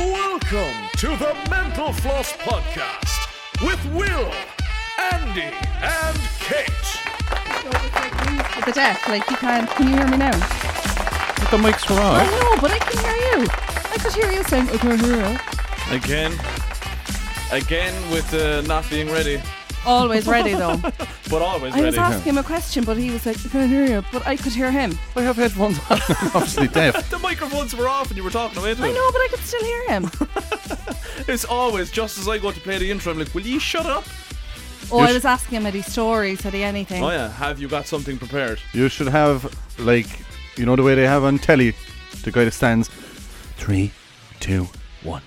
Welcome to the Mental Floss Podcast with Will, Andy, and Kate. With the deaf, like you can't. Can you hear me now? The mic's I right. know, but I can hear you. I could hear you saying, "I can't hear you." Again. Again with uh, not being ready. Always ready though. But always I was ready. asking him a question, but he was like, "I can't hear you," but I could hear him. I have headphones on. Obviously deaf. the microphones were off and you were talking away to I him. know, but I could still hear him. It's always just as I go to play the intro, I'm like, will you shut up? Oh, I Yes. was asking him any stories, had he anything? Oh yeah, have you got something prepared? You should have like you know the way they have on telly, the guy that stands three, two, one,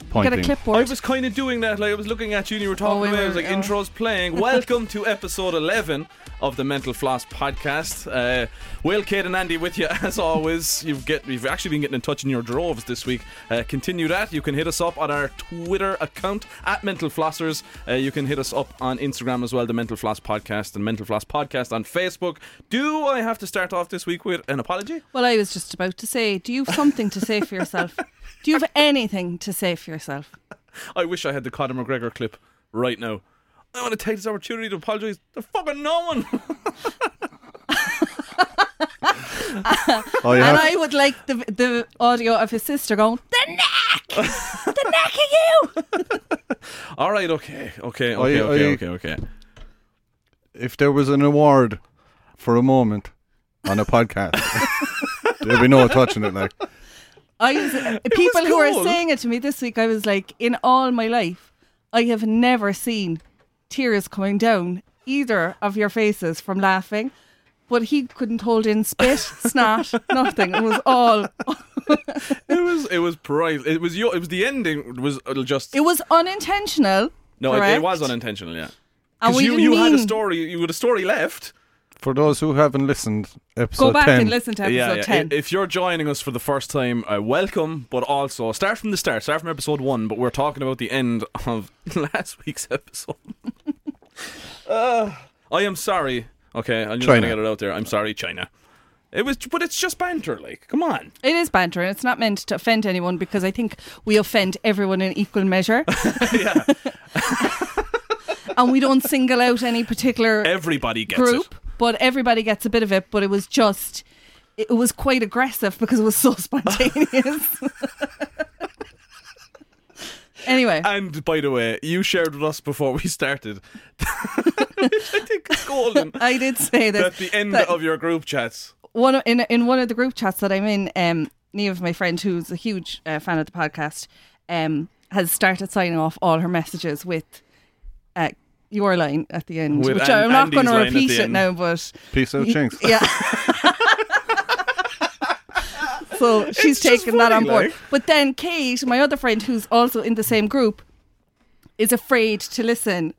Got pointing. a I clipboard. was kind of doing that, like I was looking at you and you were talking Oh, we away. I was were- like, oh. intro's playing. Welcome to episode 11 of the Mental Floss podcast. Uh, Will, Kate, and Andy with you as always. You've get you've actually been getting in touch in your droves this week. Uh, continue that. You can hit us up on our Twitter account at Mental Flossers. Uh, you can hit us up on Instagram as well, the Mental Floss podcast and Mental Floss podcast on Facebook. Do I have to start off this week with an apology? Well, I was just about to say, do you have something to say for yourself? Do you have anything to say for yourself? I wish I had the Conor McGregor clip right now. I want to take this opportunity to apologise to fucking no one. Oh, you And have, I would like the the audio of his sister going, "The neck, the neck of you." All right, okay, okay, Are okay, you- okay, are you- okay, okay. if there was an award for a moment on a podcast, there'd be no touching it. Like I was, people who cool. are saying it to me this week, I was like, in all my life, I have never seen tears coming down either of your faces from laughing. But he couldn't hold in spit, snot, nothing. It was all. It was, it was price. It was your, it was the ending was uh, just It was unintentional. no, it, it correct? was unintentional, yeah. And Because we you, didn't you mean had a story, you had a story left. for those who haven't listened, episode Go back ten. and listen to episode yeah, yeah. ten. I- If you're joining us for the first time, uh, welcome. But also, start from the start. Start from episode one. But we're talking about the end of last week's episode. uh, I am sorry. Okay, I'm just China. gonna get it out there. I'm sorry, China. It was, but it's just banter. Like, come on. it is banter, and it's not meant to offend anyone because I think we offend everyone in equal measure, yeah, and we don't single out any particular everybody gets group, it. but everybody gets a bit of it. But it was just, it was quite aggressive because it was so spontaneous. anyway, And by the way, you shared with us before we started. Which I think is golden. I did say At this the end that of your group chats. one of- in in one of the group chats that I'm in. Um, Neve, my friend, who's a huge uh, fan of the podcast, um, has started signing off all her messages with, uh, your line at the end, With which An- I'm not Andy's going to line at repeat the it end. now, but Peace out, Y- chinks. Yeah. so she's just taken that on funny, board. like. But then Kate, my other friend who's also in the same group, is afraid to listen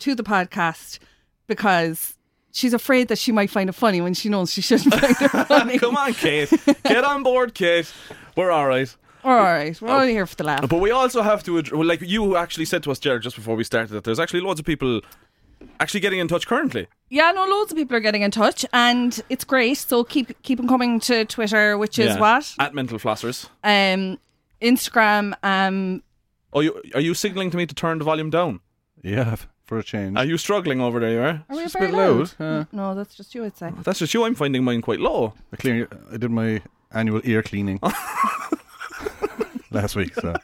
to the podcast because she's afraid that she might find it funny when she knows she shouldn't find it funny. Come on, Kate. Get on board, Kate. We're all right. All right, we're only here for the laugh. But we also have to, ad- well, like you actually said to us, Jared, just before we started, that there's actually loads of people actually getting in touch currently. Yeah, no, loads of people are getting in touch, and it's great. So keep keep them coming to Twitter, which is what At Mental Flossers. um, Instagram, um, Are you, are you signaling to me to turn the volume down? yeah, for a change. Are you struggling over there, you are? Are we It's a very bit loud. loud? Yeah. No, that's just you, I'd say. That's just you. I'm finding mine quite low. I, clean, I did my annual ear cleaning last week, so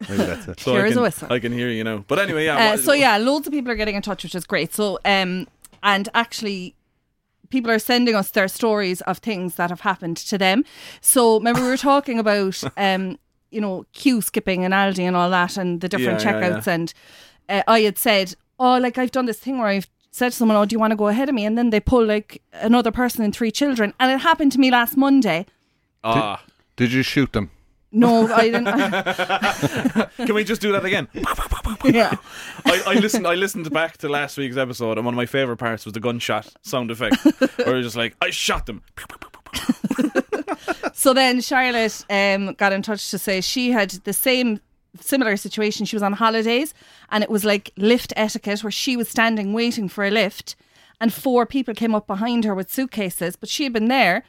maybe that's it. So I Sure is a can- whistle. I can hear you now. But anyway, yeah. Uh, what- so yeah, loads of people are getting in touch, which is great. So um, and actually, people are sending us their stories of things that have happened to them. So remember we were talking about um, you know, queue skipping and Aldi and all that, and the different Yeah, yeah, yeah. checkouts. And uh, I had said, oh, like I've done this thing where I've said to someone, oh, do you want to go ahead of me? And then they pull like another person and three children, and it happened to me last Monday. Ah. Did you shoot them? No, I didn't. I, Can we just do that again? yeah. I, I listened. I listened back to last week's episode, and one of my favorite parts was the gunshot sound effect, where you're just like, "I shot them." So then Charlotte um, got in touch to say she had the same similar situation. She was on holidays and it was like lift etiquette where she was standing waiting for a lift and four people came up behind her with suitcases, but she had been there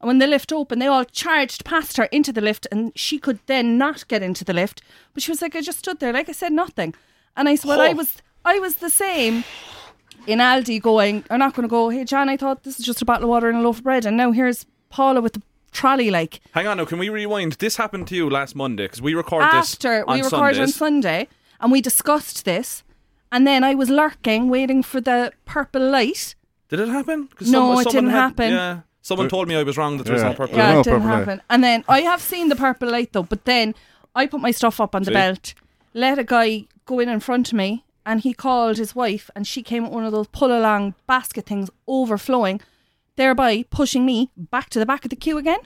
And when the lift opened, they all charged past her into the lift, and she could then not get into the lift. But she was like, I just stood there, like I said, nothing. And I said, Well, I Oh. was, I was the same in Aldi going, I'm not going to go, hey, John, I thought this is just a bottle of water and a loaf of bread. And now here's Paula with the trolley, like, Hang on now, can we rewind? This happened to you last Monday because we record after this we recorded on Sundays. Sunday and we discussed this. And then I was lurking, waiting for the purple light. Did it happen? 'Cause No, someone- it someone didn't had- happen. Yeah, someone told me I was wrong that there was Yeah. no purple. Yeah. light. Yeah, no it didn't purple light. happen. And then I have seen the purple light though, but then I put my stuff up on the belt, let a guy go in in front of me, and he called his wife, and she came with one of those pull along basket things overflowing, thereby pushing me back to the back of the queue again.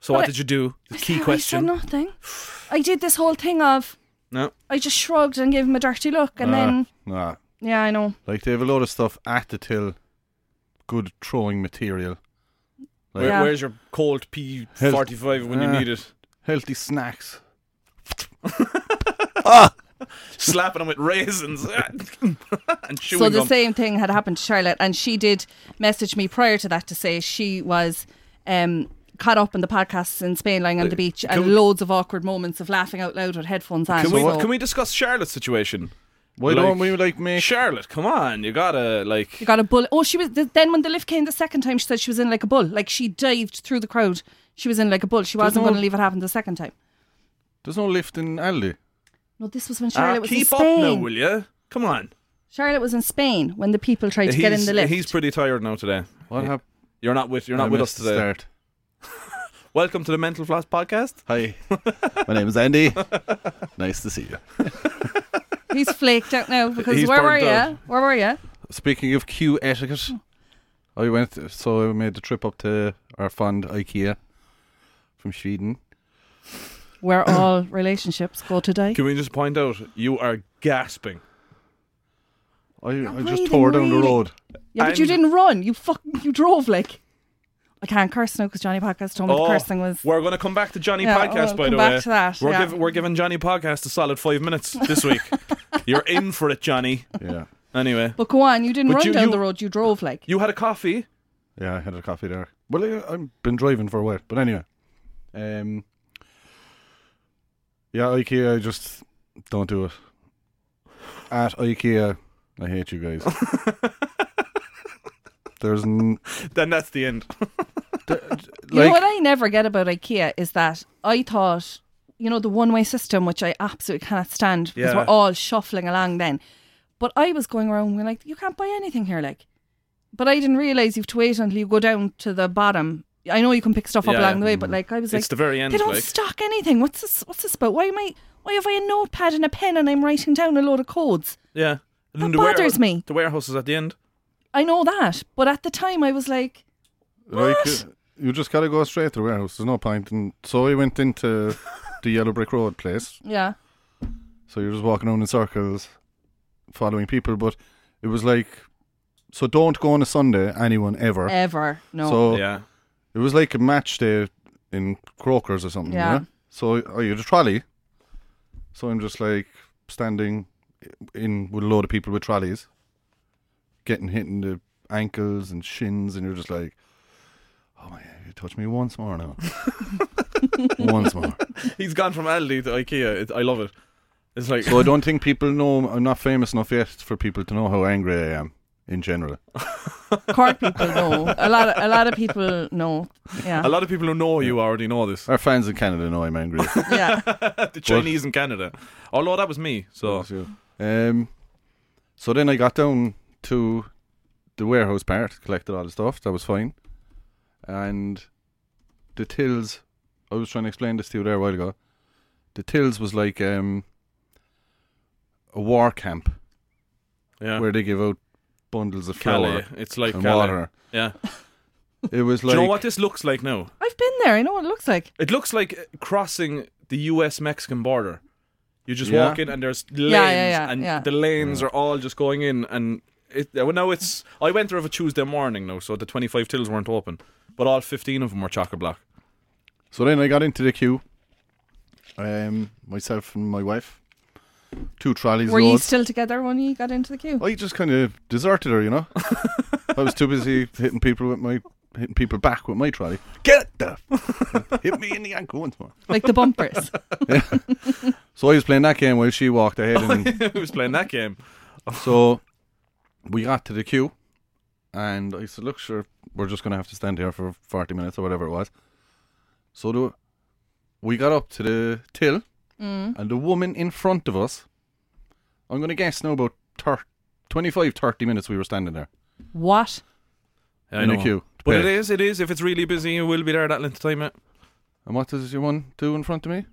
So what But- did you do? The key I question. said nothing. I did this whole thing of No. Ah. I just shrugged and gave him a dirty look, and then nah. yeah, I know. Like they have a lot of stuff at the till, good throwing material, Where, Yeah. Where's your cold P Health- forty five when you Yeah. need it? healthy snacks. Slapping them with raisins and chewing so the gum. same thing had happened to Charlotte, and she did message me prior to that to say she was um, caught up in the podcasts in Spain, lying on the beach, and Uh, we- loads of awkward moments of laughing out loud with headphones on. Can we so can we discuss Charlotte's situation? Why Like- don't we like make? Charlotte, come on, you gotta like. you got a bull. Oh, she was th- then when the lift came the second time, she said she was in like a bull, like she dived through the crowd. She was in like a bull. She wasn't no- going to leave it happen the second time. There's no lift in Aldi. No, this was when Ah, Charlotte was in keep up Spain. now, will you? Come on. Charlotte was in Spain when the people tried to he's, get in the lift. he's pretty tired now today. What happened? You're not with you're not I with us missed the today. Start. Welcome to the Mental Floss Podcast. Hi, my name is Andy. nice to see you. He's flaked out now because He's where were burnt out. you? Where were you? Speaking of queue etiquette, I went so I made the trip up to our fond IKEA from Sweden. Where all relationships go today. Can we just point out you are gasping? I, I breathing just tore down the really- road. Yeah, but you I'm- didn't run. You fucking you drove like. I can't curse now because Johnny Podcast told me the cursing was. We're going to come back to Oh, Johnny Yeah, Podcast, we'll by come the back way. to that, we're, yeah. giv- we're giving Johnny Podcast a solid five minutes this week. You're in for it, Johnny. Yeah, Anyway, But go on, you didn't But run you- down you- the road. You drove like. you had a coffee. yeah, I had a coffee there. Well, I, I've been driving for a while, but anyway, um, yeah, IKEA. I just don't do it. At IKEA, I hate you guys. There's n- Then that's the end. You know like what I never get about IKEA is that I thought, you know, the one way system, which I absolutely cannot stand because Yeah. we're all shuffling along then. But I was going around and we're like, you can't buy anything here, like. But I didn't realize you've to wait until you go down to the bottom. I know you can pick stuff up Yeah. along the way, but like I was It's like, the very end, They don't like." stock anything. What's this? What's this about? Why am I? Why have I a notepad and a pen and I'm writing down a load of codes? Yeah. And then That bothers warehou- me. The warehouse is at the end. I know that, but at the time I was like, Like, What? uh, you just gotta go straight to the warehouse. There's no point. And so I went into the Yellow Brick Road place. yeah, So you're just walking around in circles, following people. But it was like, so don't go on a Sunday, anyone ever. ever Eh, no. So Yeah. it was like a match day in Croker's or something. Yeah. Yeah. So I had a trolley. So I'm just like standing in with a load of people with trolleys, getting hit in the ankles and shins, and you're just like, oh my, you touch me once more now. once more. He's gone from Aldi to IKEA. It, I love it. It's like So I don't think people know, I'm not famous enough yet for people to know how angry I am in general. Cork people know. A lot. Of, a lot of people know. a Yeah. lot of people who know you already know this. Our fans in Canada know I'm angry. Yeah. the Chinese in Canada. Although that was me. So Um, so then I got down to the warehouse part, collected all the stuff. That was fine. And the tills, I was trying to explain this to you there a while ago. The tills was like um, a war camp yeah. where they give out bundles of flour Calais. It's like and Calais. water. Yeah. It was Do like you know what this looks like now? I've been there. I know what it looks like. It looks like crossing the US Mexican border. You just Yeah. walk in and there's lanes yeah, yeah, and yeah. the lanes are all just going in and it uh, well, now it's I went there of a Tuesday morning now, so the twenty five tills weren't open. But all fifteen of them were chock a block. So then I got into the queue. Um, myself and my wife, two trolleys. Were you loads. still together when you got into the queue? I just kind of deserted her, you know. I was too busy hitting people with my hitting people back with my trolley. Get the f- hit me in the ankle once more. like the bumpers. So I was playing that game while she walked ahead, and Who was playing that game? Oh, so we got to the queue, and I said, "Look, sure, we're just gonna have to stand here for forty minutes or whatever it was." So the, we got up to the till, Mm. and the woman in front of us, I'm gonna guess now about thir- 25, 30 minutes we were standing there what? I in know. a queue. to But pay. it is, it is. If it's really busy, you will be there that length of time. mate. And what does your one do in front of me?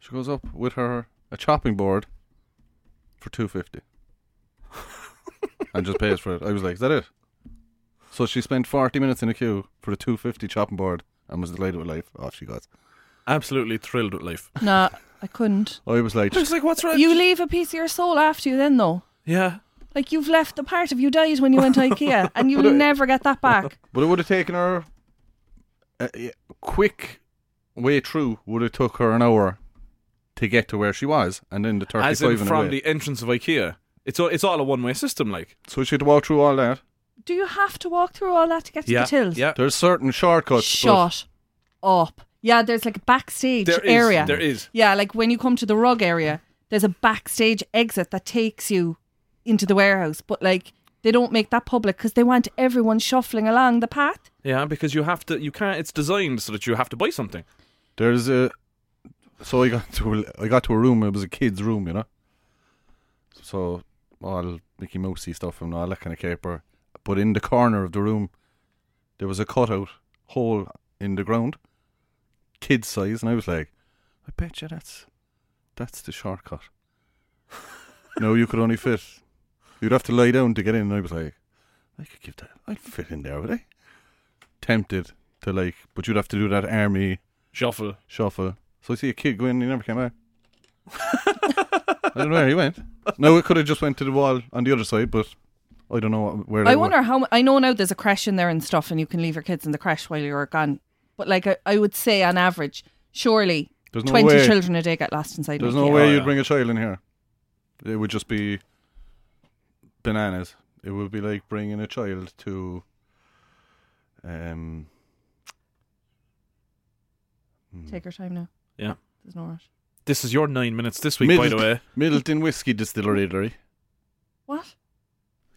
She goes up with her a chopping board for two fifty, and just pays for it. I was like, "Is that it?" So she spent forty minutes in a queue for a two fifty chopping board and was delighted with life. Off she goes. Absolutely thrilled with life. No, I couldn't. I was like, I was like, what's right? You leave a piece of your soul after you, then though. yeah. Like you've left a part of you died when you went to IKEA, and you'll never get that back. but it would have taken her a, a quick way through. Would have took her an hour to get to where she was, and then the As in thirty-five minute from wait. the entrance of IKEA. It's all, it's all a one way system, like. So she had to walk through all that. Do you have to walk through all that to get to Yeah. the tills? Yeah. There's certain shortcuts. but Shut up. Yeah, there's like a backstage There is, area. there is. Yeah, like when you come to the rug area, there's a backstage exit that takes you into the warehouse, but like they don't make that public because they want everyone shuffling along the path. Yeah, because you have to, you can't, it's designed so that you have to buy something. There's a so I got to a, I got to a room. It was a kid's room, you know. So all Mickey Mousey stuff and all that kind of caper. But in the corner of the room, there was a cutout hole in the ground, kid size, and I was like, I bet you that's that's the shortcut. no, you could only fit. You'd have to lie down to get in. And I was like, I could give that. I'd fit in there, would I? Tempted to like, but you'd have to do that army Shuffle. shuffle. So I see a kid going, he never came out. I don't know where he went. No, it could have just went to the wall on the other side, but I don't know what, where. I they wonder how. mu- I know now there's a crash in there and stuff, and you can leave your kids in the crash while you're gone. But like I, I would say, on average, surely There's no twenty way- children a day get lost inside. Were. There's an no IKEA. way Oh, you'd yeah. bring a child in here. It would just be bananas. It would be like bringing a child to. Um. hmm, Take your time now. Yeah. There's no rush. This is your nine minutes this week, by Middle- the way. Middleton Whiskey Distillery. What?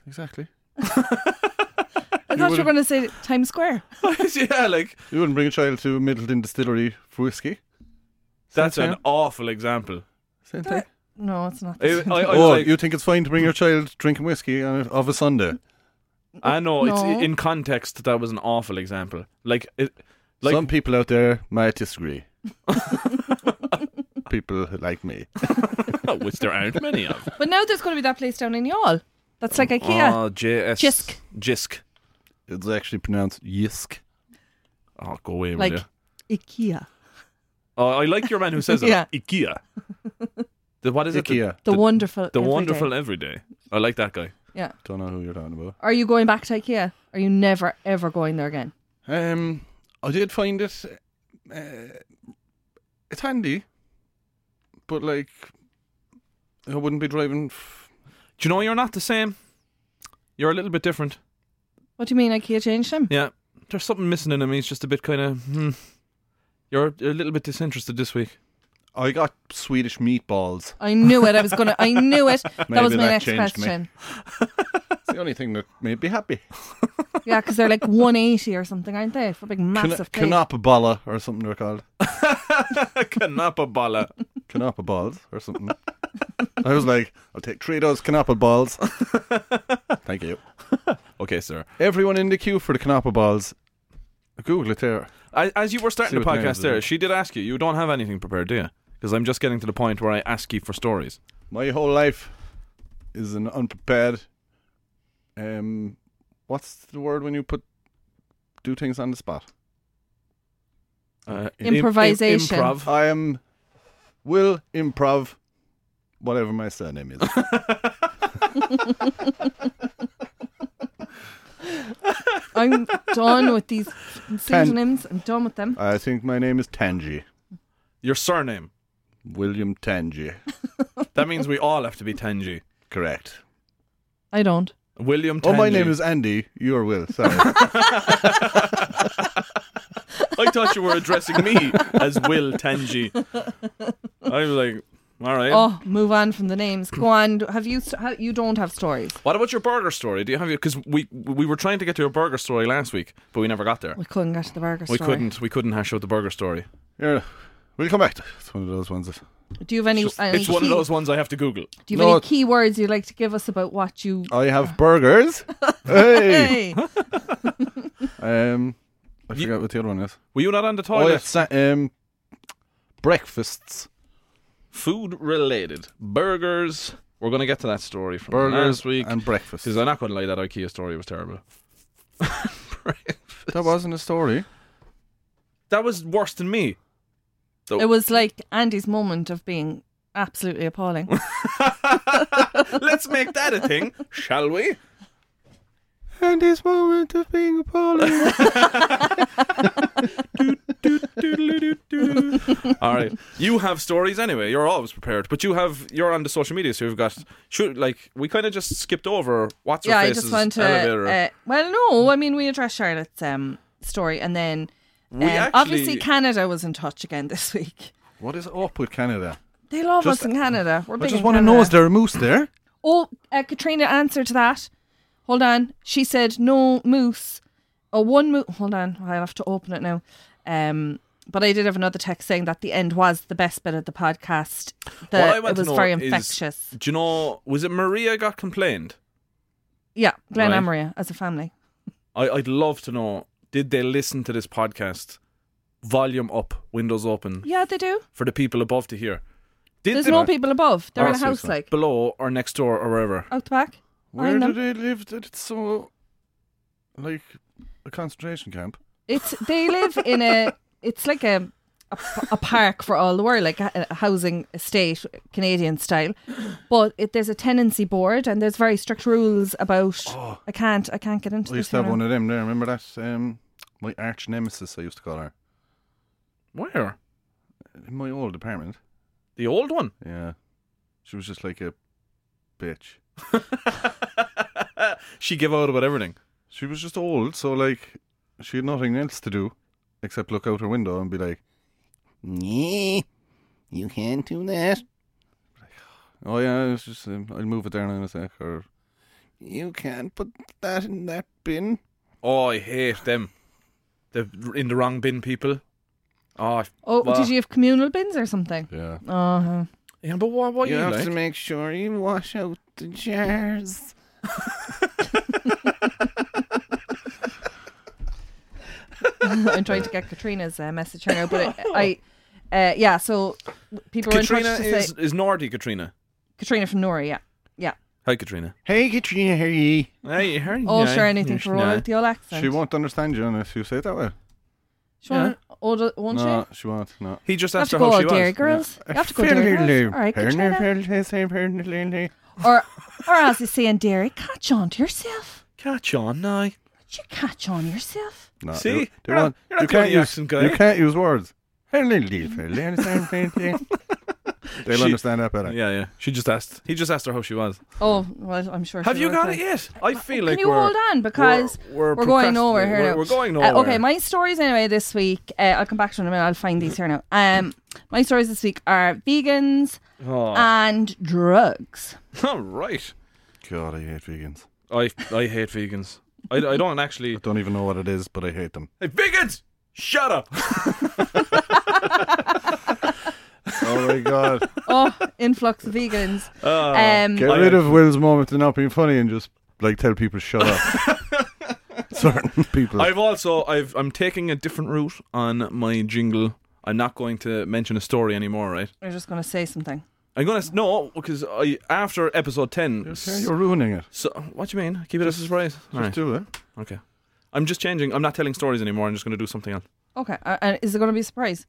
Exactly. I You thought you were would've- going to say Times Square. yeah, like, You wouldn't bring a child to Middleton Distillery for whiskey. that's Same an time. awful example. Same thing. No, it's not. I, I, I, oh, like, you think it's fine to bring your child drinking whiskey on a, of a Sunday? I know, No. it's in context, that was an awful example. Like, it, like Some people out there might disagree. people like me. which there aren't many of. but now there's going to be that place down in Yall. That's like Ah, IKEA. Oh, JS. Jisk. Jisk. It's actually pronounced yisk. Oh, go away, will Like- you? IKEA. Oh, I like your man who says Yeah. that. IKEA. The, what is it? The, Ikea. The, The- wonderful. the everyday. wonderful everyday. I like that guy. Yeah. Don't know who you're talking about. Are you going back to IKEA? Are you never ever going there again? Um, I did find it. Uh, it's handy, but like, I wouldn't be driving. F- Do you know you're not the same? You're a little bit different. What do you mean IKEA changed them? Yeah. There's something missing in him. He's just a bit kind of. Hmm. You're, you're a little bit disinterested this week. I got Swedish meatballs. I knew it. I was gonna. I knew it. that Maybe was my that next changed me. question. It's the only thing that made me happy. Yeah, because they're like 180 or something, aren't they? For a big massive plate. Kanapabala or something they're called. Canapa bala. Canapa balls or something. I was like, I'll take three of those Canapa balls. Thank you. Okay, sir. Everyone in the queue for the Canapa balls. Google it there. As, as you were starting See the what Naomi podcast was there, like. she did ask you. You don't have anything prepared, do you? Because I'm just getting to the point where I ask you for stories. My whole life is an unprepared. Um, what's the word when you put do things on the spot? Uh, im- im- Mm. Improvisation. improv. I am will improv, whatever my surname is. I'm done with these pseudonyms. I'm done with them. I think my name is Tangi. Your surname. William Tangi. That means we all have to be Tenji. Correct. I don't. William. Oh, my Tandy. name is Andy. You're Will. Sorry. I thought you were addressing me as Will Tangi. I was like, all right. Oh, move on from the names. Go on. Have you? st- how- You don't have stories. What about your burger story? Do you have your? Because we we were trying to get to your burger story last week, but we never got there. We couldn't get to the burger We story. couldn't. We couldn't hash out the burger story. yeah. We'll come back. to It's one of those ones. That, Do you have any? Just- any it's one of key- those ones I have to Google. Do you No, have it- any key words you'd like to give us about what you? I have burgers. hey. Hey, Um, I You- forgot what the other one is. Were you not on the Oh, toilet? yeah. sa- um, breakfasts. Food related burgers. We're gonna get to that story from Burgers uh, last week. and breakfast. Because I'm not gonna lie, that IKEA story was terrible. That wasn't a story. That was worse than me. it was like Andy's moment of being absolutely appalling. Let's make that a thing, shall we? And this moment of being appalling. All right. You have stories anyway. You're always prepared, but you have you're on the social media, so you've got should like we kind of just skipped over what's yeah, her I face's just want to. elevator. Uh, well, no, I mean we addressed Charlotte's um, story, and then um, actually- obviously Canada was in touch again this week. what is up with Canada? They love Just- us in Canada. We're I big just in want to Canada. know is there a moose there? Oh, uh, Katrina answered that. Hold on. She said no moose. Oh, one moose. Hold on. I'll have to open it now. Um, but I did have another text saying that the end was the best bit of the podcast. The, What I want it to was know very is, infectious. do you know? Was it Maria got complained? Yeah, Glen Right. Amaria as a family. I, I'd love to know. Did they listen to this podcast? Volume up, windows open Yeah, they do. for the people above to hear. Did There's they no people above. Oh, They're in a Honestly, house so- like below or next door or wherever? out the back. Where know. do they live that it's so like a concentration camp? It's they live in a. It's like a. A, p- a park for all the world, like a, a housing estate, Canadian style. But it, there's a tenancy board, and there's very strict rules about. Oh. I can't, I can't get into. I this used to have now. one of them there. Remember that? Um, my arch nemesis, I used to call her. Where? In my old apartment. The old one. Yeah. She was just like a bitch. she gave out about everything. She was just old, so like she had nothing else to do except look out her window and be like, "Nee, you can't do that." Like, Oh yeah, it's just um, I'll move it down in a sec. Or you can't put that in that bin. Oh, I hate them. The in the wrong bin people. Oh, Oh, Well- did you have communal bins or something? Yeah, Oh, uh, yeah, but why? Why you, like? make sure you wash out the jars. I'm trying to get Katrina's uh, message here now, but I, I uh, yeah. So people were Katrina in touch to is say is Nordy Katrina. Katrina from Nora. Yeah, yeah. Hi, Katrina. Hey, Katrina, how are ye? Hey, her, Oh, sure, anything for all out the old accent. She won't understand you unless you say it that way. She won't. Older, won't she? no, she won't. No. He just You have asked to her go how all she dairy was. girls. You have to go dairy girls. All right, Katrina. Or, or as they say in dairy, catch on to yourself. Catch on now. Would you catch on yourself? No, See? they- they You're not- won't- you're not the you only can't use accent guy. you can't use words. They'll understand that better. Yeah, yeah. She just asked. He just asked her how she was. Oh, well, I'm sure. Have she you will got then. it yet? I feel like Can you we're, hold on because we're, we're, procrastinating. going nowhere here We're, now. we're going Uh, nowhere. okay, my stories anyway this week. Uh, I'll come back to it in a minute. I'll find these here now. Um, my stories this week are vegans Oh, uh, and drugs. all right. God, I hate vegans. I I hate vegans. I, I don't actually. Don't even know what it is, but I hate them. Hey, vegans! Shut up! Oh my god. Oh, influx of vegans. Uh, Um, Get rid of Will's moment of not being funny and just like tell people shut up. Certain people. I've also I've I'm taking a different route on my jingle. I'm not going to mention a story anymore, right? I'm just going to say something. I'm gonna s- no because I after episode ten. Okay, You're ruining it. so what do you mean? Keep it a surprise. All Just right. do it. Okay. I'm just changing. I'm not telling stories anymore. I'm just gonna do something else. Okay, uh, uh, is it going to be a surprise?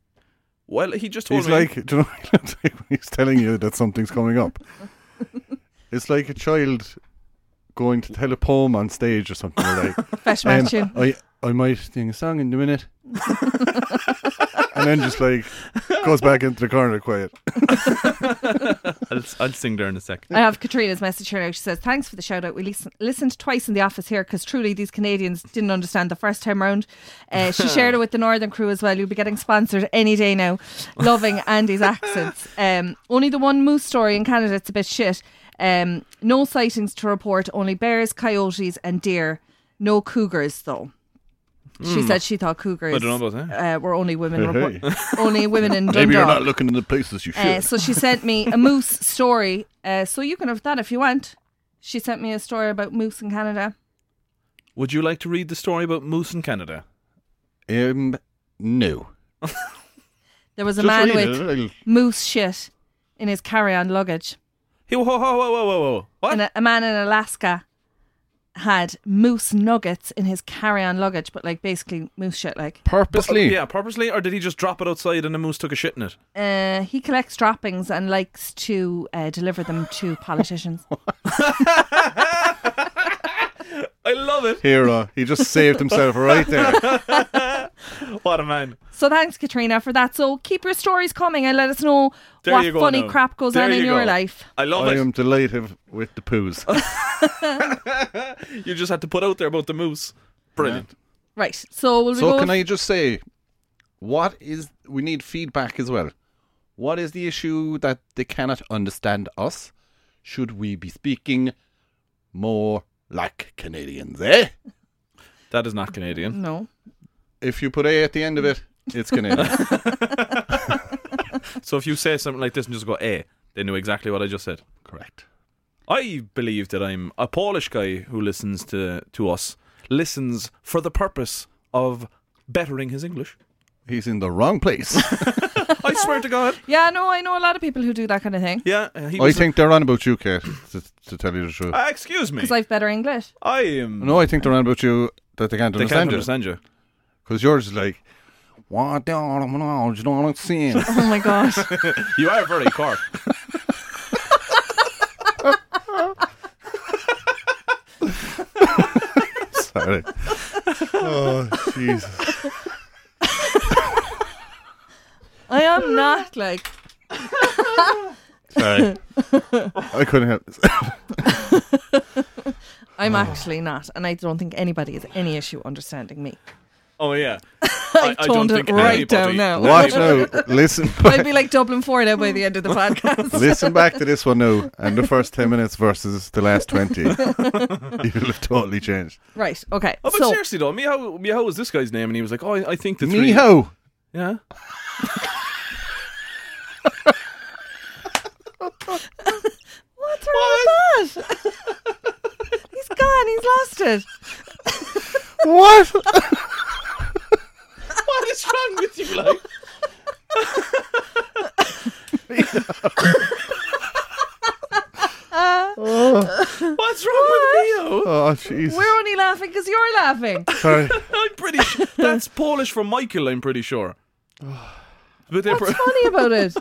Well, he just told He's me. like, do you know, he looks like when he's telling you that something's coming up. It's like a child going to tell a poem on stage or something like. Fresh Um, match tune. I I might sing a song in a minute. and then just like goes back into the corner quiet. I'll, I'll sing there in a second. I have Katrina's message here now. She says, Thanks for the shout out. We listen, listened twice in the office here because truly these Canadians didn't understand the first time round. Uh, she shared it with the Northern crew as well. You'll be getting sponsored any day now. Loving Andy's accents. Um, only the one moose story in Canada, it's a bit shit. Um, no sightings to report, only bears, coyotes, and deer. No cougars, though. She said she thought cougars I don't know about that. uh, were only women Hey, report- only women in Dundalk. looking in the places you Uh, so she sent me a moose story. Uh, so you can have that if you want. She sent me a story about moose in Canada. Would you like to read the story about moose in Canada? um, no. There was a Just man read it, with it'll- moose shit in his carry-on luggage, Hey, whoa, whoa, whoa, whoa, whoa, whoa. What? and a, a man in Alaska had moose nuggets in his carry-on luggage, but like basically moose shit. Like Purposely. Oh, Yeah, purposely, or did he just drop it outside and the moose took a shit in it? uh, he collects droppings and likes to uh, deliver them to politicians. I love it. Hero. uh, He just saved himself right there. What a man. So thanks, Katrina, for that. So keep your stories coming and let us know There you what go funny now. crap goes There on in you your go. life. I love I it. am delighted with the poos. You just had to put out there about the moose. Brilliant. Right. So will we So go? can I just say, what is we need feedback as well? What is the issue that they cannot understand us? Should we be speaking more like Canadians? Eh? That is not Canadian. no. If you put a at the end of it, it's Canadian. So if you say something like this and just go, eh, they knew exactly what I just said. Correct. I believe that I'm a Polish guy who listens to, to us, listens for the purpose of bettering his English. He's in the wrong place. I swear to God. Yeah, no, I know a lot of people who do that kind of thing. Yeah, uh, he I was. think they're on about you, Kate. To, to tell you the truth. Ah, excuse me. Because I've better English. I am. no, I think they're on about you that they can't they can't understand you understand you. because yours is like. What the hell am I- you know what I'm saying? Oh my gosh. You are very Cork. Sorry. Oh Jesus! I am not like. Sorry, I couldn't help this. I'm actually not. And I don't think anybody has any issue understanding me. Oh, yeah. I, I don't toned it think right down anybody- now. Watch anybody- now. Listen, I'll back, be like Dublin 4 now by the end of the podcast. listen back to this one now, and the first ten minutes versus the last twenty. You'll have totally changed. right, okay. Oh, but so, seriously, though, Miho, Miho was this guy's name, and he was like, oh, I, I think the three. Miho, Yeah. what's wrong with that? he's gone, he's lost it. what? What is wrong with you, like? What's wrong with Mio? Oh Jesus! We're only laughing because you're laughing. Sorry. I'm pretty. Sure. That's Polish for Michael. I'm pretty sure. But they What's funny about it?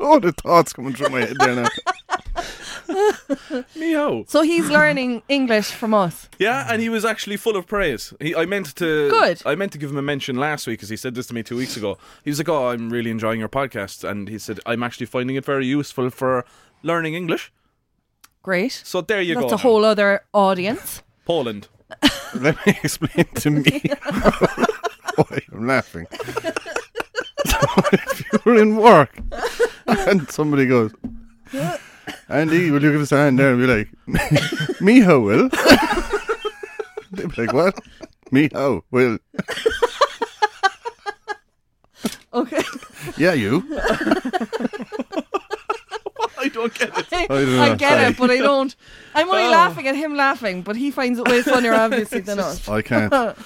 All the thoughts coming through my head there now. Mio. So he's learning English from us. Yeah, and he was actually full of praise. He, I meant to. Good. I meant to give him a mention last week because he said this to me two weeks ago. He was like, "Oh, I'm really enjoying your podcast," and he said, "I'm actually finding it very useful for learning English." Great. So there you go. That's a now. whole other audience. Poland. Let me explain to me why I'm laughing. So if you're in work and somebody goes, Andy, will you give us a hand there? And be like, Miho will. They'd be like, what? Miho will. Okay. Yeah, you. I don't get it. I, don't know, get sorry. it, but I don't. I'm only laughing at him laughing, but he finds it way funnier, obviously, than us. I can't.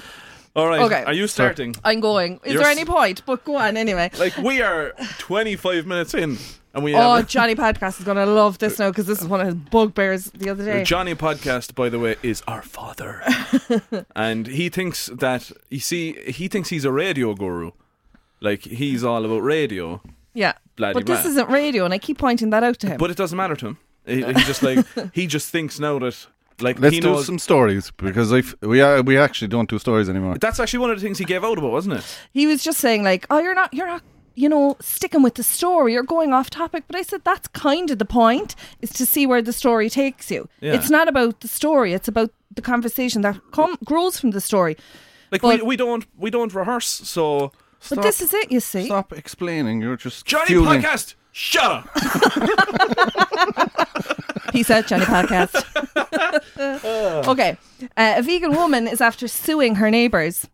All right. Okay. Are you starting? I'm going. Is You're there s- any point? But go on anyway. Like we are 25 minutes in, and we Oh, have Johnny Podcast is going to love this now because this is one of his bugbears the other day. Johnny podcast. By the way, is our father, and he thinks that you see, he thinks he's a radio guru. Like he's all about radio, yeah. Bloody But this man. isn't radio, and I keep pointing that out to him. but it doesn't matter to him. He, he just like he just thinks now that Like Let's he do knows. some stories because if we are, we actually don't do stories anymore. that's actually one of the things he gave out about, wasn't it? he was just saying like oh you're not you're not you know sticking with the story you're going off topic but i said that's kind of the point is to see where the story takes you Yeah. it's not about the story it's about the conversation that com- grows from the story Like But- we, we don't we don't rehearse. So but this is it you see Stop explaining. You're just Johnny fueling- podcast, shut up. Peace out, Johnny Podcast. okay. Uh, a vegan woman is after suing her neighbours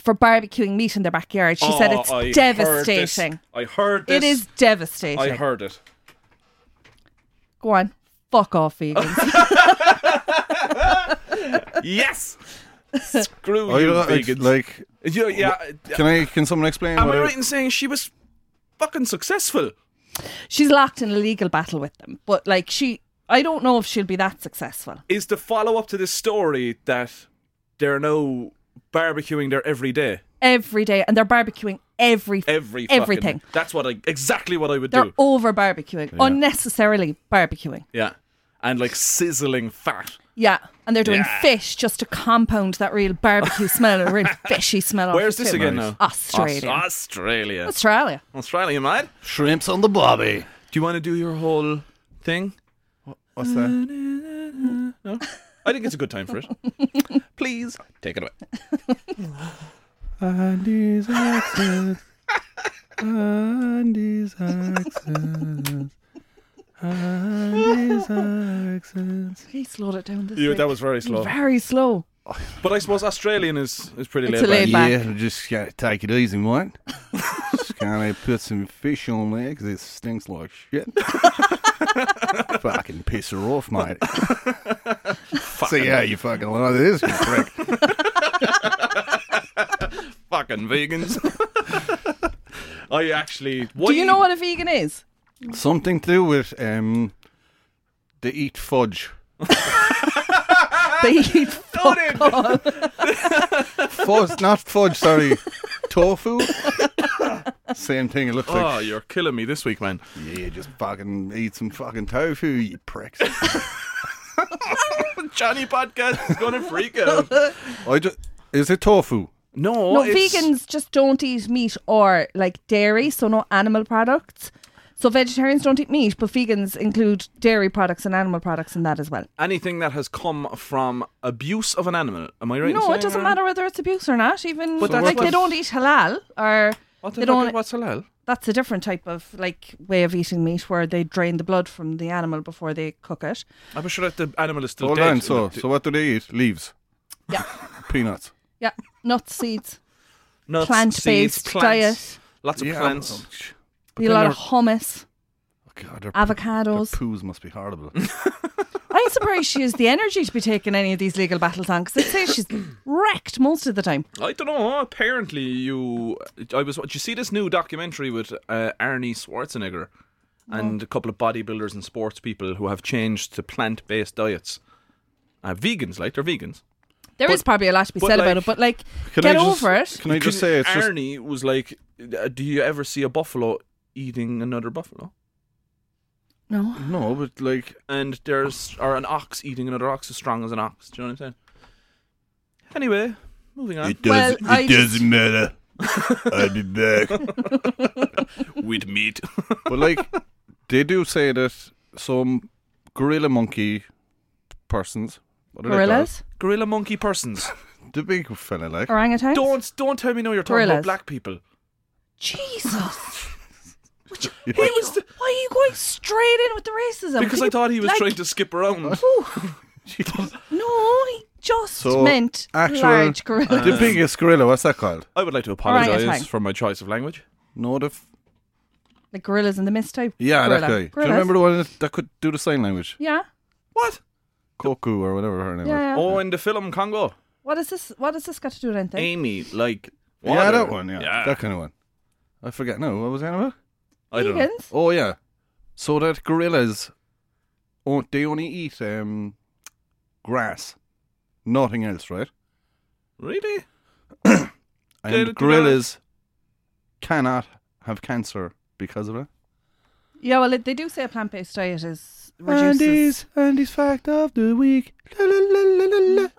for barbecuing meat in their backyard. She said Oh, it's I heard devastating. this. I heard this. It is devastating. I heard it. Go on. Fuck off, vegans. Yes. Screw Oh, you, you know, it's vegans. like, You- yeah. uh, can I? Can someone explain? Am what I I- right in saying she was fucking successful? She's locked in a legal battle with them, but like she, I don't know if she'll be that successful. Is the follow up to this story that they're now barbecuing their every day, Every day, and they're barbecuing every every fucking- everything. That's what I exactly what I would They're do. over barbecuing, unnecessarily barbecuing. Yeah, and like sizzling fat. Yeah, and they're doing Yeah. fish just to compound that real barbecue smell, a real fishy smell. off Where's it this Oh, too. again now? Australia. Aus- Australia. Australia. Australia, mate. Shrimps on the bobby. Do you want to do your whole thing? What's that? No. I think it's a good time for it. Please take it away. Andy's accent. Andy's accent. Andy's accent. He slowed it down this You, week. that was very slow. very slow. But I suppose Australian is, is pretty It's laid a back. laid- back. Yeah, just gotta take it easy, mate. just gonna put some fish on there because it stinks like shit. fucking piss her off, mate. See how you fucking like this, you prick. Fucking vegans. I actually. Why, Do you know what a vegan is? Something to do with um, they eat fudge. Ah! They eat fuck Oh, all. Fudge, not fudge. Sorry, tofu. Same thing. It looks Oh, like. you're killing me this week, man. Yeah, just fucking eat some fucking tofu, you pricks. Johnny podcast is gonna freak out. I just, is it tofu? No, No, it's- vegans just don't eat meat or like dairy, so no animal products. So vegetarians don't eat meat, but vegans include dairy products and animal products in that as well. Anything that has come from abuse of an animal. Am I right? in No, saying uh, it doesn't that? matter whether it's abuse or not. Even But that's like what- they don't eat halal or What they the don't fuck? What's halal? that's a different type of like way of eating meat where they drain the blood from the animal before they cook it. I'm sure that the animal is still Hold dead. on. So, so what do they eat? Leaves. Yeah. Peanuts. Yeah, nuts, seeds, Nuts, plant-based seeds, plants, diet. Lots of Yeah, plants. Eat a lot of hummus. Oh, God, their, Avocados. Their poos must be horrible. I'm surprised she has the energy to be taking any of these legal battles on because I'd say she's wrecked most of the time. I don't know. Apparently, you. I was. Did you see this new documentary with uh, Arnie Schwarzenegger and a couple of bodybuilders and sports people who have changed to plant-based diets? Uh, vegans, like they're vegans. There is But- probably a lot to be but, said about like, it, but like, Can get I just- over it. Can I Couldn't- just say it's just Arnie was like, uh, "Do you ever see a buffalo eating another buffalo?" No, no, but like And there's or an ox eating another ox as strong as an ox. Do you know what I'm saying? Anyway, moving on. Well, I just- matter. I'll be back. With meat. But like, they do say that some gorilla monkey persons, what are they called? gorillas, Gorilla monkey persons. the big fella, like orangutans. Don't don't tell me no. You're talking about Gorillas. black people. Jesus. Would you- He why, was the- why are you going straight in with the racism? Because Can I you, thought he was like, trying to skip around. No, he just So, meant actual- uh, large gorillas. the biggest gorilla. What's that called? I would like to Orangutan. apologise for my choice of language. No, the f- like gorillas in the mist type. yeah, gorilla. that guy. Do you Gorillas. remember the one that- that could do the sign language? Yeah. What? Koku or whatever her name Yeah. was. Oh, in the film Congo, What is this? What has this got to do with anything? Amy, like, Yeah, water. that one. Yeah, that kind of one. I forget. No, what was that about? I don't know. Vegans? Oh yeah. So that gorillas, oh, they only eat um, grass, nothing else, right? Really? And Did it do gorillas cannot have cancer because of it. Yeah, well, it- they do say a plant-based diet is reduces. Andy's fact of the week. La, la, la, la, la, la.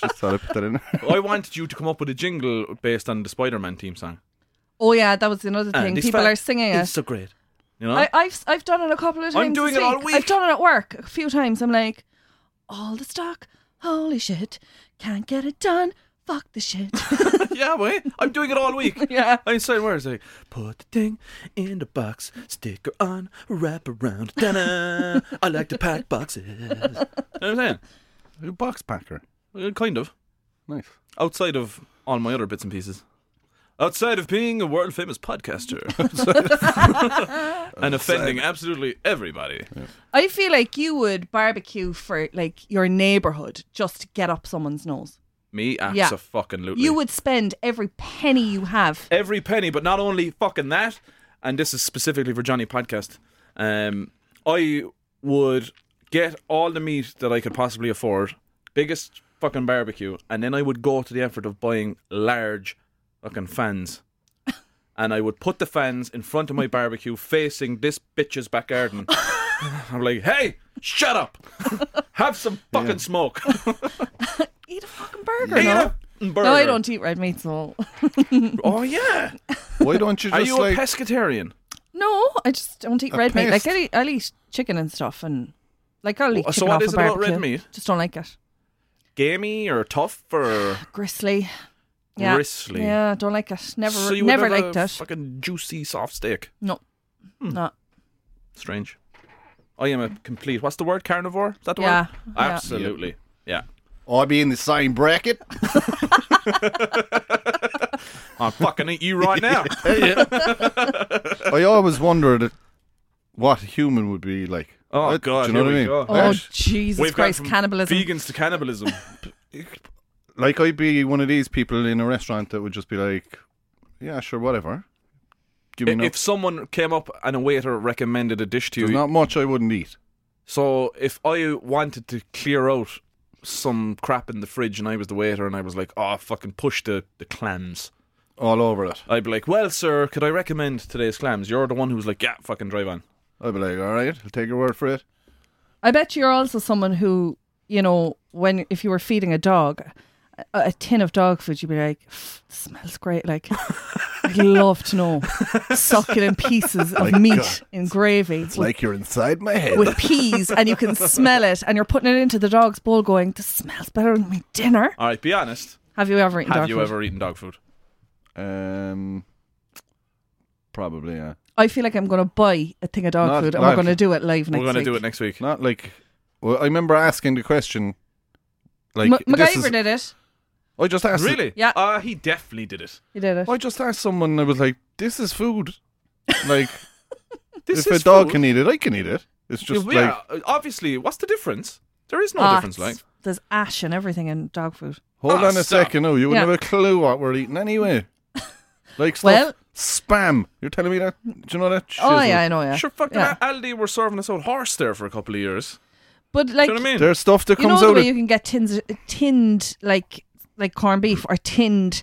Just thought I'd put that in. I wanted you to come up with a jingle based on the Spider-Man theme song. Oh yeah, that was another thing. Andy's People fact are singing It's it. so great. You know, I, I've I've done it a couple of times. I'm doing this it all week. I've done it at work a few times. I'm like, all the stock, holy shit, can't get it done. Fuck the shit. yeah, wait. I'm doing it all week. yeah. Einstein words like put the thing in the box, sticker on, wrap around. Ta-da! I like to pack boxes. you know what I'm saying? A box packer. Well, Kind of. Nice. Outside of all my other bits and pieces. Outside of being a world famous podcaster and offending absolutely everybody. I feel like you would barbecue for like your neighborhood just to get up someone's nose. Me, acts Yeah. a fucking loot. You would spend every penny you have. every penny, but not only fucking that, and this is specifically for Johnny Podcast, um, I would get all the meat that I could possibly afford, biggest fucking barbecue, and then I would go to the effort of buying large fucking fans. And I would put the fans in front of my barbecue facing this bitch's back garden. I'm like, hey, shut up. Have some fucking smoke. Eat a fucking burger. Eat no? a fucking burger. No, I don't eat red meat, so Oh, yeah. Why don't you Are just you like a pescatarian? no, I just don't eat A red meat. Like pest. I'll eat, I'll eat chicken and stuff, and like I'll eat Oh, so chicken what off is a it about barbecue. red meat? Just don't like it. gamey or tough or Gristly. Yeah. Gristly. Yeah, don't like it. Never, so you would never have liked a Hmm. it. Fucking juicy soft steak. no, no. Strange. I am a complete. What's the word? Carnivore. Is that the Yeah, word? yeah. Absolutely. Yeah. I be in the same bracket? I'll fucking eat you right now. I always wondered at what a human would be like. Oh I- god. do you know what I mean? here we Oh go. Jesus We've gone Christ! from Cannibalism. Vegans to cannibalism. Like I'd be one of these people in a restaurant that would just be like, "Yeah, sure, whatever." Give me if, no. if someone came up and a waiter recommended a dish to you, There's not much I wouldn't eat. so if I wanted to clear out some crap in the fridge and I was the waiter and I was like, oh, fucking push the, the clams. All over it. I'd be like, well, sir, could I recommend today's clams? You're the one who's like, yeah, fucking drive on. I'd be like, "All right, I'll take your word for it." I bet you're also someone who, you know, when if you were feeding a dog a, a tin of dog food, you'd be like, "Pff, "Smells great!" Like, I'd love to know succulent pieces of My meat God. in gravy with, Like you're inside my head. with peas, and you can smell it, and you're putting it into the dog's bowl, going, "This smells better than my dinner." All right, be honest. Have you ever eaten Have dog you food? ever eaten dog food? Um, probably yeah. I feel like I'm going to buy a thing of dog Not food, and we're live. going to do it live next We're going to week. do it next week. Not like. Well, I remember asking the question. Like M- this is, MacGyver did it. I just asked. Really? Yeah. Uh, he definitely did it. He did it. I just asked someone. I was like, "This is food. Like, This if a is dog food. can eat it, I can eat it. It's just Yeah, like uh, obviously, what's the difference? There is no Ah, difference, like. it's- There's ash and everything in dog food. Hold Ah, on stop. a second. Oh, you would Yeah. not have a clue what we're eating anyway. Like stuff, Well- spam. You're telling me that? Do you know that? Oh shizzle? yeah, I know. Yeah, Sure, fucking Yeah. Aldi were serving us out horse there for a couple of years. But like, Do you know what I mean? There's stuff that you know comes the out. way Of, you can get tins, tinned like like corned beef or tinned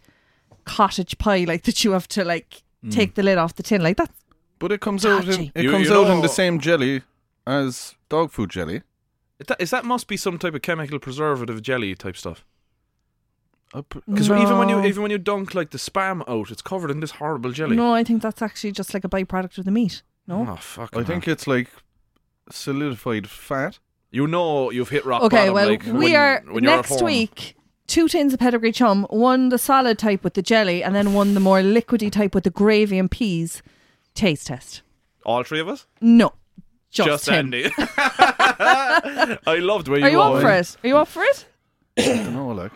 cottage pie, like that you have to like Mm. take the lid off the tin, like that. but it comes out. In, Dodgy. it You- comes you out in know- the same jelly as dog food jelly. Is that, is that must be some type of chemical preservative jelly type stuff. I put- Because even when you No. even when you dunk like the spam out, it's covered in this horrible jelly. No, I think that's actually just like a byproduct of the meat. No. Oh fuck! I think it's like solidified fat. you know you've hit rock okay, bottom. well, like, we when- are when you're at next home. week. Two tins of pedigree chum, one the solid type with the jelly, and then one the more liquidy type with the gravy and peas. Taste test. All three of us, No, just, just him. Andy. I loved where Are you all up for it? Are you up for it? I don't know, like.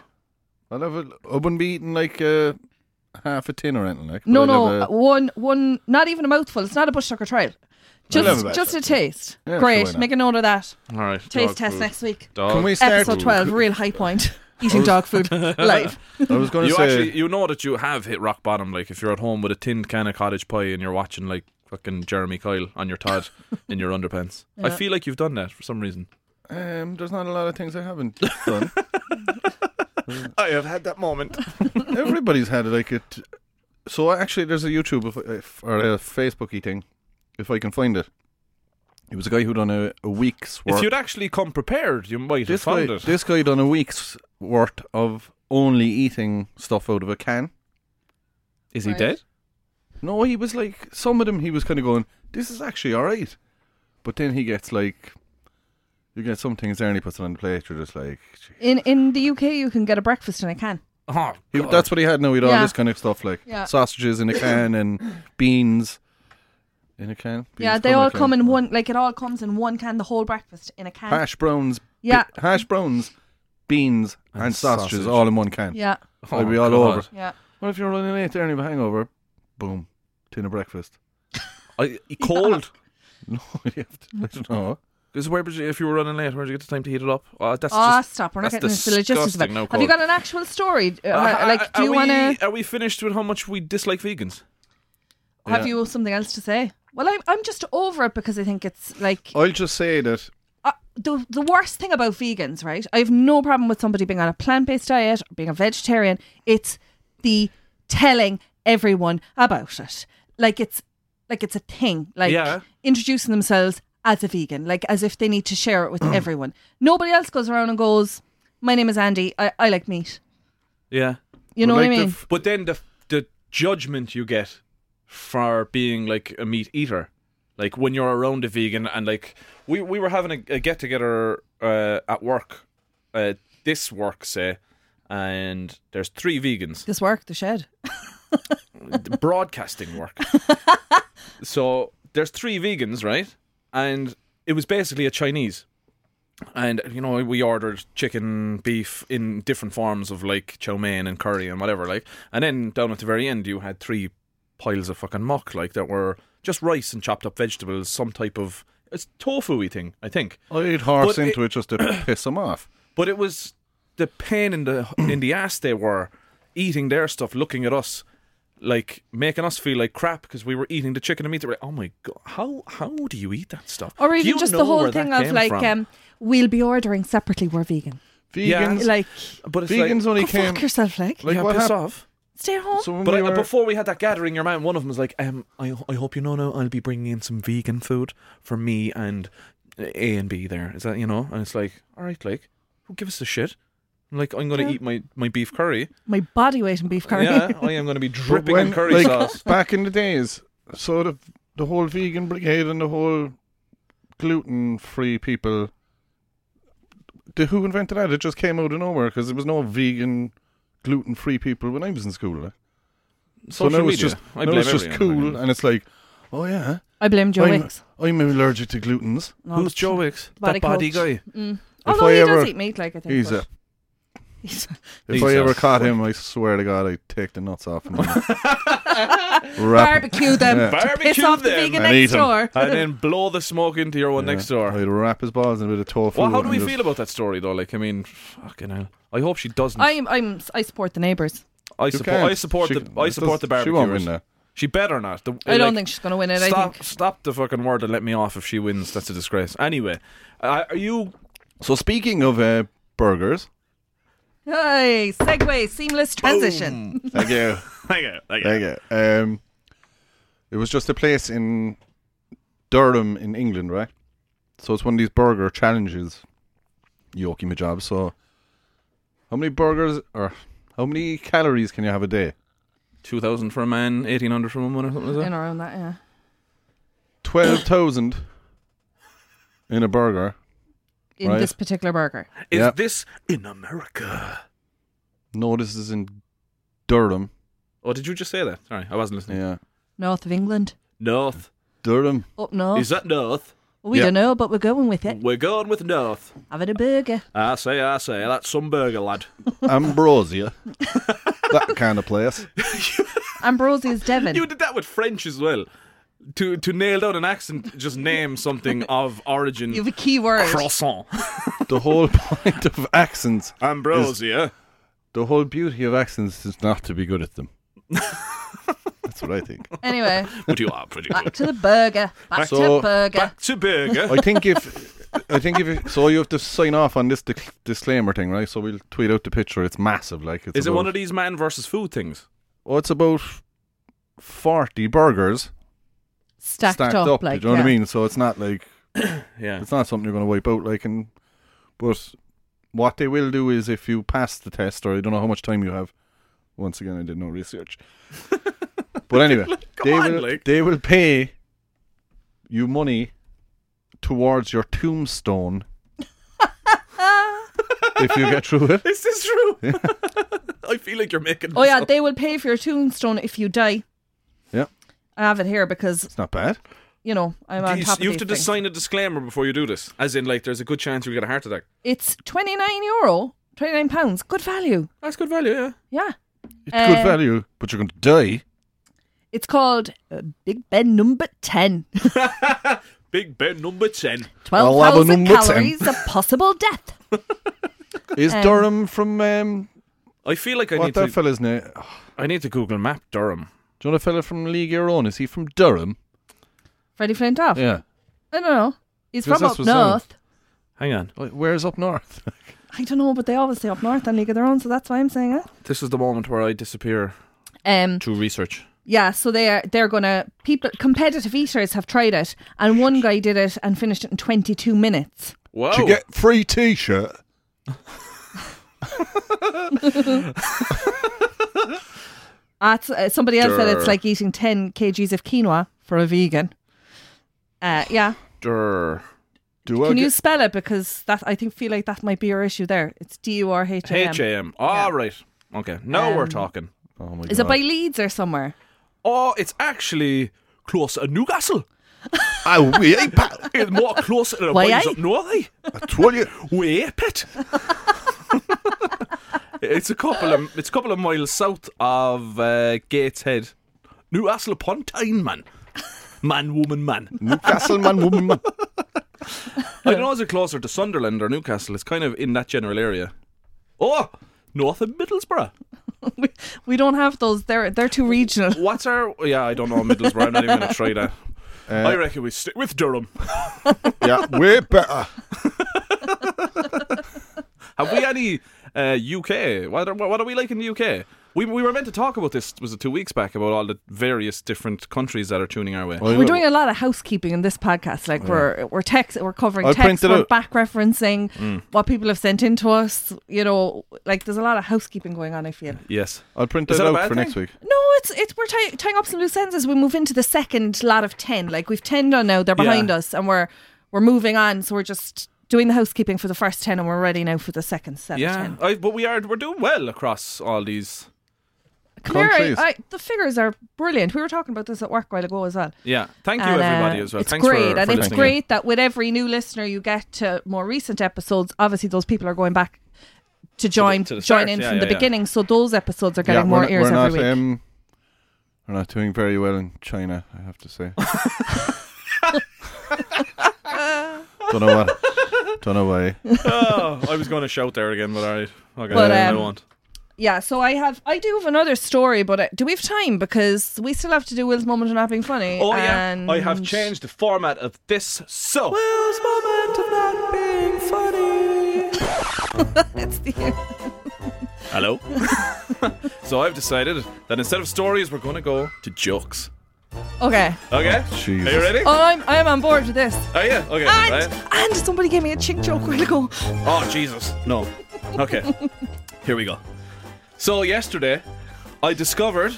I'd have a, I wouldn't be eating like uh, half a tin or anything, like. but No, I'd no, have a- one, one, not even a mouthful. It's not a bush tucker trial. Just, never mind. just a taste. Yeah, sure, Great. why not? Make a note of that. All right, Taste dog test food. next week. Dog Can we start? uh, Episode twelve, real high point. Eating dog food live. I was going to You say. actually, you know that you have hit rock bottom. Like if you're at home with a tinned can of cottage pie and you're watching like fucking Jeremy Kyle on your Todd in your underpants. I feel like you've done that for some reason. um, there's not a lot of things I haven't done. I have had that moment. Everybody's had like it. So actually, there's a YouTube if, if, or a Facebooky thing, if I can find it, It was a guy who done a, a week's work. If you'd actually come prepared, you might have this found guy, it. this guy done a week's worth of only eating stuff out of a can. Is he he Right. dead? dead? No, he was like some of them. He was kind of going, "This is actually all right," but then he gets like, you get some things there, and he puts it on the plate. You're just like, "Gee." In in the UK, you can get a breakfast in a can. oh, He- God. that's what he had. Now he'd all Yeah. this kind of stuff like Yeah. sausages in a can and beans in a can. yeah, Beans they in a all can. come in one. Like it all comes in one can. The whole breakfast in a can. hash browns. be- Yeah. hash browns, beans, and, And sausages sausage. all in one can. Yeah, Oh, I'd be all God. over. yeah. What if you're running late there and you have a hangover? Boom, tin of breakfast. I, cold. No, you have to. I don't know. Because where would you, if you were running late, where would you get the time to heat it up? Oh, Uh, that's Ah, just. stop! We're not that's getting into the logistics of it. disgusting now, Have you Cole. got an actual story? Uh, Uh, like, do are you we- want to? Are we finished with how much we dislike vegans? Have Yeah. you something else to say? Well, I'm I'm just over it because I think it's like I'll just say that uh, the the worst thing about vegans, right? I have no problem with somebody being on a plant based diet or being a vegetarian. It's the telling everyone about it, like it's like it's a thing, like Yeah. introducing themselves as a vegan, like as if they need to share it with Mm. everyone. Nobody else goes around and goes, "My name is Andy. I, I like meat." Yeah. You know like what I the mean? f- But then the the judgment you get for being like a meat eater, like when you're around a vegan, and like we we were having a, a get together uh, at work, uh, this work say, and there's three vegans this work, the shed. the broadcasting work. so there's three vegans, right? And it was basically a Chinese. And you know, we ordered chicken, beef in different forms of like chow mein and curry and whatever, like. And then down at the very end, you had three piles of fucking muck, like that were just rice and chopped up vegetables, some type of it's tofu-y thing, I think. I ate horse But it- into it, just to piss him off. But it was the pain in the in the ass they were eating their stuff, looking at us, like making us feel like crap because we were eating the chicken and meat. They were like, "Oh my god, how how do you eat that stuff?" Or Do even you just know the whole where thing that of came like, from?" um, we'll be ordering separately. We're vegan. Vegans, Like, but it's vegans like, only go came. fuck yourself. Like, Like yeah, what piss happened? off. stay home. So when But we uh, were- before we had that gathering, your man, one of them was like, um, I, I hope you know now I'll be bringing in some vegan food for me and A and B there. Is that, you know? And it's like, all right, like, who gives a shit? I'm like, I'm going to Yeah. eat my, my beef curry. My body weight in beef curry. Yeah, I am going to be But dripping in when- curry like, sauce. Back in the days, so the the whole vegan brigade and the whole gluten free people. The who invented that? It just came out of nowhere because there was no vegan, gluten free people when I was in school. eh? So Social now it's media. just I now blame it's just everyone. cool, and it's like, oh yeah, I blame Joe I'm, Wicks. I'm allergic to glutens. No, Who's Joe Wicks? Body that body coach. guy. Mm. Oh If no, I he ever- does eat meat. Like I think He's but- a. He's- If He's I a- ever caught him, I swear to God, I'd take the nuts off him. Wrap barbecue them. Yeah. Barbecue Piss off the them. vegan And eat next 'em. door. and then blow the smoke into your one Yeah. next door. I'd wrap his balls in a bit of tofu. Well, how do and we just- feel about that story, though? Like, I mean, fucking hell. I hope she doesn't. I, I'm, I'm, I support the neighbours. You support. can't. I support She- the. I it support the does- barbecue. She won't win that. She better not. The- I don't like, think she's going to win it. I Stop! think Stop the fucking word and let me off if she wins. That's a disgrace. Anyway, uh, are you? So speaking of uh, burgers, Hey, segue, seamless transition. thank you, Hang on, hang on. thank you. Um, it was just a place in Durham in England, right? So it's one of these burger challenges. Yoki my job. So how many burgers or how many calories can you have a day? Two thousand for a man, eighteen hundred for a woman, or something like In that. around that, yeah. Twelve thousand in a burger. In Right. this particular burger, Is Yep. this in America? No, this is in Durham. Oh, did you just say that? Sorry, I wasn't listening. Yeah, north of England, North Durham. up north. is that North? we Yeah. don't know, but we're going with it. We're going with North. Having a burger. I say, I say, that's some burger, lad. Ambrosia. that kind of place. Ambrosia's Devon. You did that with French as well. To to nail down an accent, just name something of origin. You have a key word. croissant, The whole point of accents, ambrosia. the whole beauty of accents is not to be good at them. That's what I think. Anyway, What you are pretty back good. to the burger. Back to So- the burger. Back to burger. I think if I think if you, so, you have to sign off on this dic- disclaimer thing, right? So we'll tweet out the picture. It's massive, like it's Is it about, one of these man versus food things? Oh, it's about forty burgers stacked, stacked up, up. like do you know what I yeah. mean? So it's not like Yeah. It's not something you're going to wipe out, like, and but what they will do is if you pass the test, or I don't know how much time you have. Once again, I did no research. but anyway, they on, will Luke. they will pay you money towards your tombstone if you get through it. Is this true? I feel like you're making. Oh this yeah, up. they will pay for your tombstone if you die. Yeah. I have it here because It's not bad. you know I'm Do on you, top of you have to these things. just sign a disclaimer before you do this, as in like there's a good chance you'll get a heart attack. It's twenty nine euro, twenty nine pounds. Good value. That's good value, yeah. Yeah. It's good Uh, value, but you're going to die. It's called uh, Big Ben number 10. Big Ben number ten. 12,000 number 10. calories of possible death. Is um, Durham from um, I feel like I what need that to. fella's name? Do I need to Google Map Durham. you know the fella from League Your Own? Is he from Durham? Freddie Flintoff. Yeah. I don't know. He's Who's from this up was on? north. Hang on. Like, Where's up north? I don't know, but they always say up north on League of Their Own, so that's why I'm saying it. This is the moment where I disappear Um, to research. yeah, so they're they're gonna people competitive eaters have tried it, and one guy did it and finished it in 22 minutes. Wow. to get free T-shirt. That's, uh, somebody else said it's like eating 10 kgs of quinoa for a vegan. Uh, yeah, Durr. Do I can you get, spell it because that I think feel like that might be your issue there. It's D U R H A M. H A M. All right. Okay. Now Um, we're talking. Oh my Is god! it by Leeds or somewhere? Oh, it's actually close to Newcastle. oh, we ain't pa- It's more close to the Why, boys aye? up north. aye. I told you. Way up it. it's a couple of it's a couple of miles south of uh, Gateshead, Newcastle upon Tyne, man. Man, woman, man. Newcastle man, woman man. I don't know is it closer to Sunderland or Newcastle. It's kind of in that general area. Oh, north of Middlesbrough. we, we don't have those. They're they're too regional. What's our? Yeah, I don't know Middlesbrough. I'm not even gonna try that. I reckon we stick with Durham. Yeah, way better. Have we any uh, UK? What are, what are we like in the UK? We, we were meant to talk about this was it two weeks back about all the various different countries that are tuning our way. We're doing a lot of housekeeping in this podcast. Like we're we're text we're covering I text, printed we're out. Mm. back referencing what people have sent in to us. You know, like there's a lot of housekeeping going on. I feel Yes, I'll print Is that that a out bad for next thing? week. no, it's it's we're tie- tying up some loose ends as we move into the second lot of ten. Like we've ten done now. They're behind Yeah. us, and we're we're moving on. So we're just doing the housekeeping for the first ten, and we're ready now for the second set. of yeah, ten. I, but we are we're doing well across all these. Claire, I, Countries. I, the figures are brilliant. We were talking about this at work a while ago as well. Yeah, thank you And, uh, everybody as well. It's Thanks for- great, for, and it's listening. great that with every new listener you get to more recent episodes, obviously those people are going back to join to the join start, in yeah, from yeah, the yeah. beginning. So those episodes are getting we're more not- ears we're every not, week. Um, we're not doing very well in China, I have to say. don't know what. Don't know why. oh, I was going to shout there again, but all right, okay, But, I um, won't. yeah, so I have I do have another story, but uh, do we have time because we still have to do Will's moment of not being funny? Oh yeah, and I have changed the format of this. So It's the- hello. so I've decided that instead of stories, we're going to go to jokes. okay, Okay, Jesus. are you ready? oh, I'm I'm on board with this. Are you okay? And right. and somebody gave me a chick joke a while ago. Oh, Jesus. No. Okay. Here we go. So, yesterday, I discovered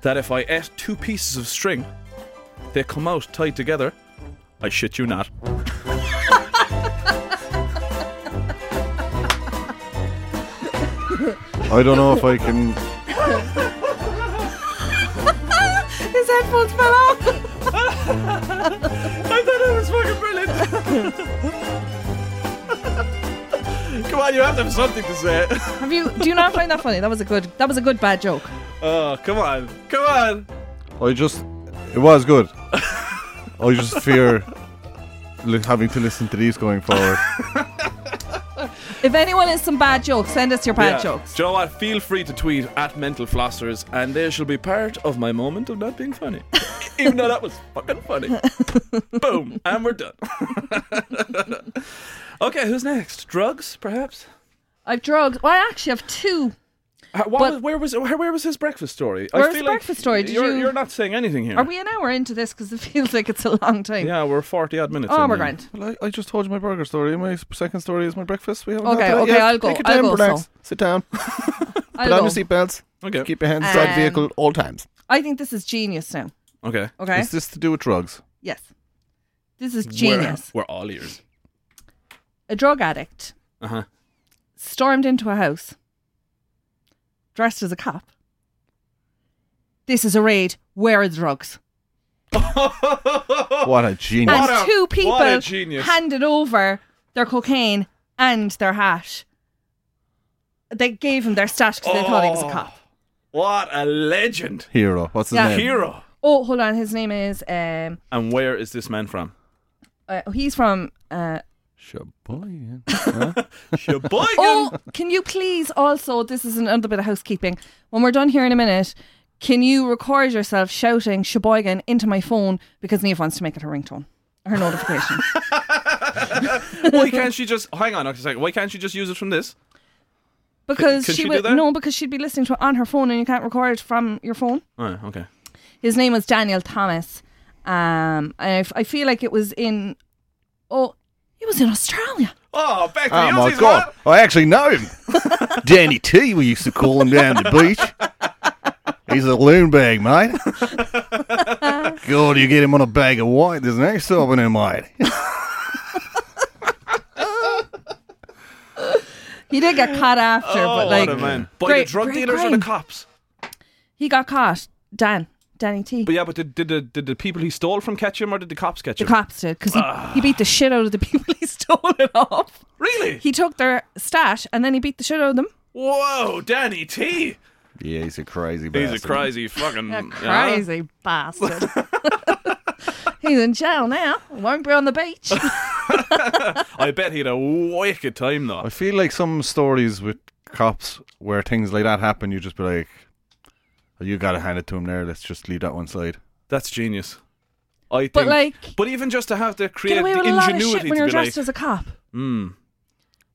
that if I ate two pieces of string, they come out tied together. I shit you not. I don't know if I can. His headphones fell off. I thought it was fucking brilliant. Come on, you have to have something to say. Have you? Do you not find that funny? That was a good. That was a good bad joke. Oh, come on. Come on. I just. It was good. I just fear li- having to listen to these going forward. If anyone has some bad jokes, send us your bad Yeah. jokes. Do you know what? Feel free to tweet at Mental Flossers, and they shall be part of my moment of not being funny. Even though that was fucking funny. Boom, and we're done. okay, who's next? Drugs, perhaps? I've drugs. Well, I actually have two. Uh, What But- was, where was where, where was his breakfast story? Where was the breakfast story? Did you're, you- are not saying anything here. Are we an hour into this? Because it feels like it's a long time. Yeah, we're forty odd minutes. oh, in we're now. grand. Well, I, I just told you my burger story. My s- second story is my breakfast. We haven't Okay, had that okay, yet. I'll go. Take your I'll time, go, relax. so. Sit down. I'll Put on go. your seatbelts. Okay. Keep your hands Um, inside the vehicle all times. I think this is genius now. Okay. Okay. Is this to do with drugs? yes. This is We're- genius. We're, all ears. A drug addict Uh huh. stormed into a house dressed as a cop. This is a raid. Where are the drugs? What a genius. What and a- two people what a genius. handed over their cocaine and their hash. They gave him their stash because they thought he was a Oh. cop. What a legend, Hero. What's his Yeah. name? hero. Oh, hold on. His name is. Um, And where is this man from? uh, he's from. Uh, Sheboygan. Sheboygan. oh, can you please also? This is another bit of housekeeping. When we're done here in a minute, can you record yourself shouting Sheboygan into my phone because Neve wants to make it her ringtone, her notification. Why can't she just hang on a second? Why can't she just use it from this? Because Can- can she, she would do that? no, because she'd be listening to it on her phone, and you can't record from your phone. Oh, okay. His name was Daniel Thomas. Um, and I, f- I feel like it was in, oh, it was in Australia. Oh, back to the Ah, Oh my Aussies, god! man. I actually know him. Danny T, we used to call him down the beach. He's a loon bag, mate. God, you get him on a bag of white. There's no stopping him, mate. He did get caught after, Oh, but like what a man. By great- the drug great dealers or crime. the cops? he got caught. Dan, Danny T. But yeah, but did, did, the, did the people he stole from catch him or did the cops catch the him? cops did because he, Ah. he beat the shit out of the people he stole it off. really? He took their stash and then he beat the shit out of them. Whoa, Danny T. Yeah, he's a crazy He's bastard. a crazy fucking. Mm, Yeah. Crazy bastard. He's in jail now. Won't be on the beach. I bet he had a wicked time though. I feel like some stories with cops where things like that happen, you just be like, oh, "You gotta hand it to him there. Let's just leave that one side." That's genius. I think. But, like- but even just to have the Get creative away with a lot of shit ingenuity when to you're be like, dressed as a cop. mm,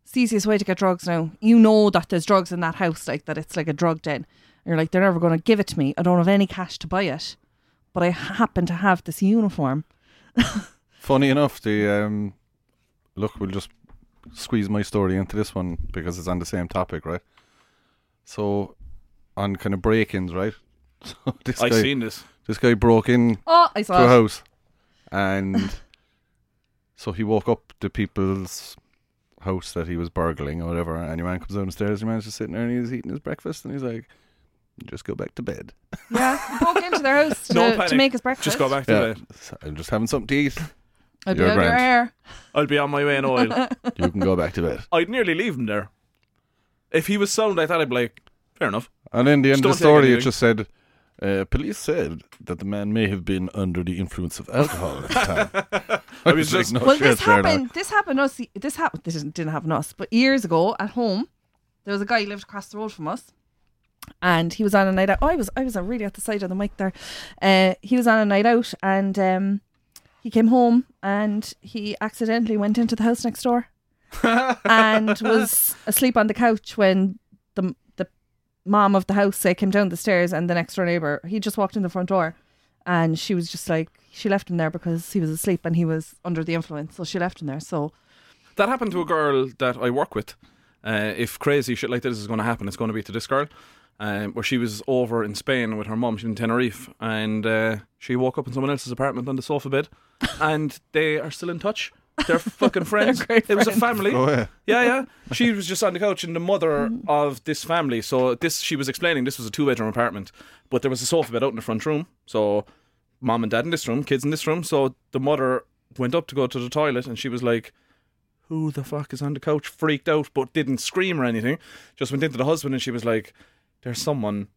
it's the easiest way to get drugs now. You know that there's drugs in that house, like that it's like a drug den. And you're like, they're never going to give it to me. I don't have any cash to buy it, but I happen to have this uniform. Funny enough, the um, look, we'll just squeeze my story into this one because it's on the same topic, right? So, on kind of break-ins, right? So this I guy, seen this. this guy broke in Oh, I to a saw it. house, and so he woke up the people's house that he was burgling or whatever. And your man comes downstairs, your man's just sitting there and he's eating his breakfast, and he's like, "Just go back to bed." Yeah, he broke into their house to, No to panic. make his breakfast. Just go back to Yeah, bed. "So I'm just having something to eat. I'd be You're out your grand. hair. I'll be on my way in oil. You can go back to bed. I'd nearly leave him there. If he was sound, I thought I'd be like, fair enough. And in the end of the Just don't take story, it anything. just said, uh, "Police said that the man may have been under the influence of alcohol at the time." I was just- like, "No Well, shit, this fair enough." happened. This happened us. This happened. This didn't didn't happen us, but years ago at home, there was a guy who lived across the road from us, and he was on a night out. Oh, I was I was uh, really at the side of the mic there. Uh, he was on a night out, and um, he came home, and he accidentally went into the house next door, and was asleep on the couch when the the mom of the house say came down the stairs, and the next door neighbor he just walked in the front door and she was just like she left him there because he was asleep and he was under the influence so she left him there so That happened to a girl that I work with. Uh, if crazy shit like this is going to happen, it's going to be to this girl. Um, where she was over in Spain with her mum, she was in Tenerife, and uh, she woke up in someone else's apartment on the sofa bed, and they are still in touch. They're fucking friends. great it was a friends. family. Oh, yeah. Yeah, yeah. She was just on the couch, and the mother of this family. So this, she was explaining, this was a two-bedroom apartment, but there was a sofa bed out in the front room. So mom and dad in this room, kids in this room. So the mother went up to go to the toilet, and she was like, "Who the fuck is on the couch?" Freaked out, but didn't scream or anything. Just went into the husband, and she was like, "There's someone."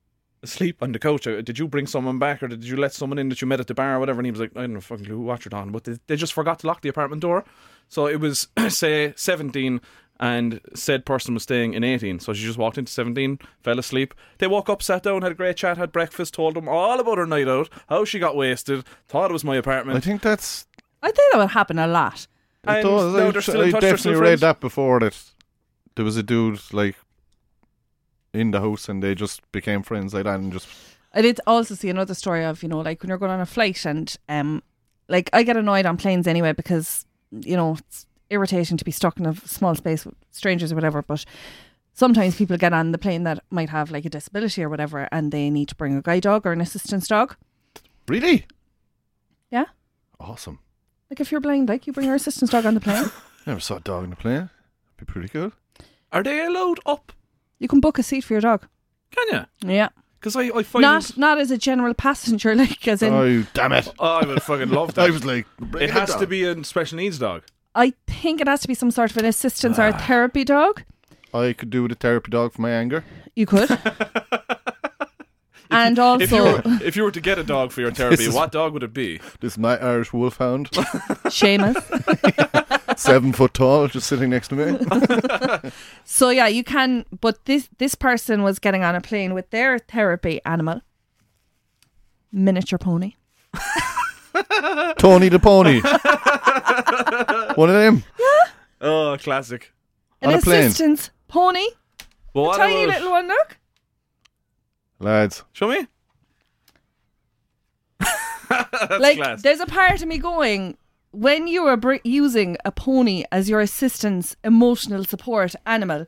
Asleep on the couch. Uh, Did you bring someone back, or did you let someone in that you met at the bar, or whatever? And he was like, "I don't know, fucking clue what you're on," but they, they just forgot to lock the apartment door. So it was say 17 and said person was staying in 18. So she just walked into 17, fell asleep. They woke up, sat down, had a great chat, had breakfast, told them all about her night out, how she got wasted, thought it was my I apartment. think that's. i think that would happen a lot I, And thought- now I they're tr- still in I touch, they're definitely still read friends. that before that there was a dude like in the house and they just became friends like that and just I did also see another story of, you know, like when you're going on a flight and um like I get annoyed on planes anyway because, you know, it's irritating to be stuck in a small space with strangers or whatever, but sometimes people get on the plane that might have like a disability or whatever and they need to bring a guide dog or an assistance dog. really Yeah. awesome. Like if you're blind, like you bring your assistance dog on the plane. Never saw a dog in a plane. Be pretty good. Are they allowed up? You can book a seat for your dog. Can you? Yeah. Because I, I find Not not as a general passenger, like as in Oh damn it! Oh, I would fucking love I that. was like, it has to be a special needs dog. I think it has to be some sort of an assistance Ah. or a therapy dog. I could do with a therapy dog for my anger. You could. and If you, also were, if you were to get a dog for your therapy, is- what dog would it be? This is my Irish wolfhound, Seamus. seven foot tall, just sitting next to me. So yeah, you can but this this person was getting on a plane with their therapy animal. Miniature pony. Tony the pony. One of them Oh, classic. An On a plane. assistance pony. Well, what Tiny about- little one look. lads. Show me. like class. there's a part of me going when you are br- using a pony as your assistance emotional support animal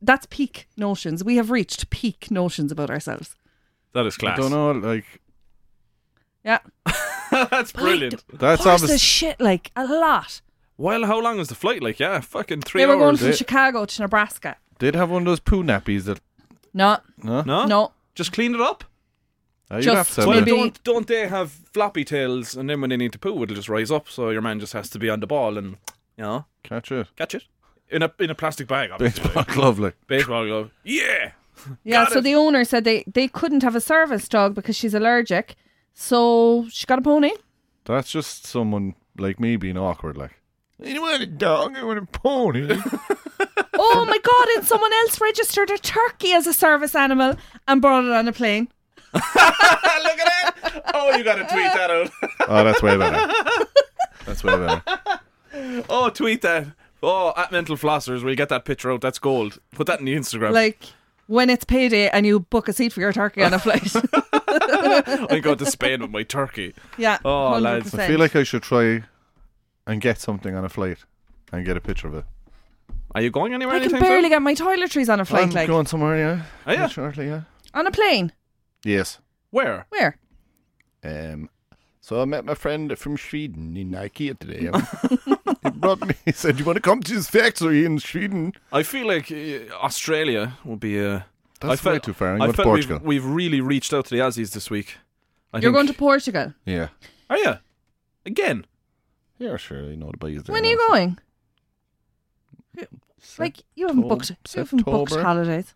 that's peak notions we have reached peak notions about ourselves That is I class. don't know, like yeah That's brilliant. that's horses obvious. shit like a lot Well, how long was the flight? Like, yeah, fucking three they were going hours. from eh? chicago to nebraska Did have one of those poo nappies that no no, no, no just clean it up. Uh, you'd Just have to have Well, it. Well, Maybe- don't don't they have floppy tails? And then when they need to poo, it'll just rise up. So your man just has to be on the ball and you know catch it. catch it in a in a plastic bag. Obviously, Baseball glove, like baseball glove. Yeah. yeah Got so it. the owner said they they couldn't have a service dog because she's allergic so she got a pony that's just someone like me being awkward. Like you don't want a dog, I want a pony. oh my god and someone else registered a turkey as a service animal and brought it on a plane Look at it. Oh, you gotta tweet that out. oh, that's way better. That's way better. Oh, tweet that. Oh, at Mental Flossers, where you get that picture out. That's gold. Put that in the Instagram. like when it's payday and you book a seat for your turkey on a flight. I'm going to Spain with my turkey. yeah. Oh, lads, I feel like I should try and get something on a flight and get a picture of it. Are you going anywhere I can anytime barely get my toiletries on a flight, I'm like going somewhere, yeah. Oh, yeah. Shortly, yeah. on a plane. Yes. Where? Where? Um, so I met my friend from Sweden in IKEA today. he brought me. He said, "You want to come to his factory in Sweden?" I feel like uh, Australia would be a. That's I felt, way too far. I'm I going to felt Portugal. We've, we've really reached out to the Aussies this week. I You're think- going to Portugal. Yeah. Are you? Again? Yeah, sure. You know the boys. there When are you now. going? Sep- Like you haven't Septob- booked. You haven't booked September. holidays.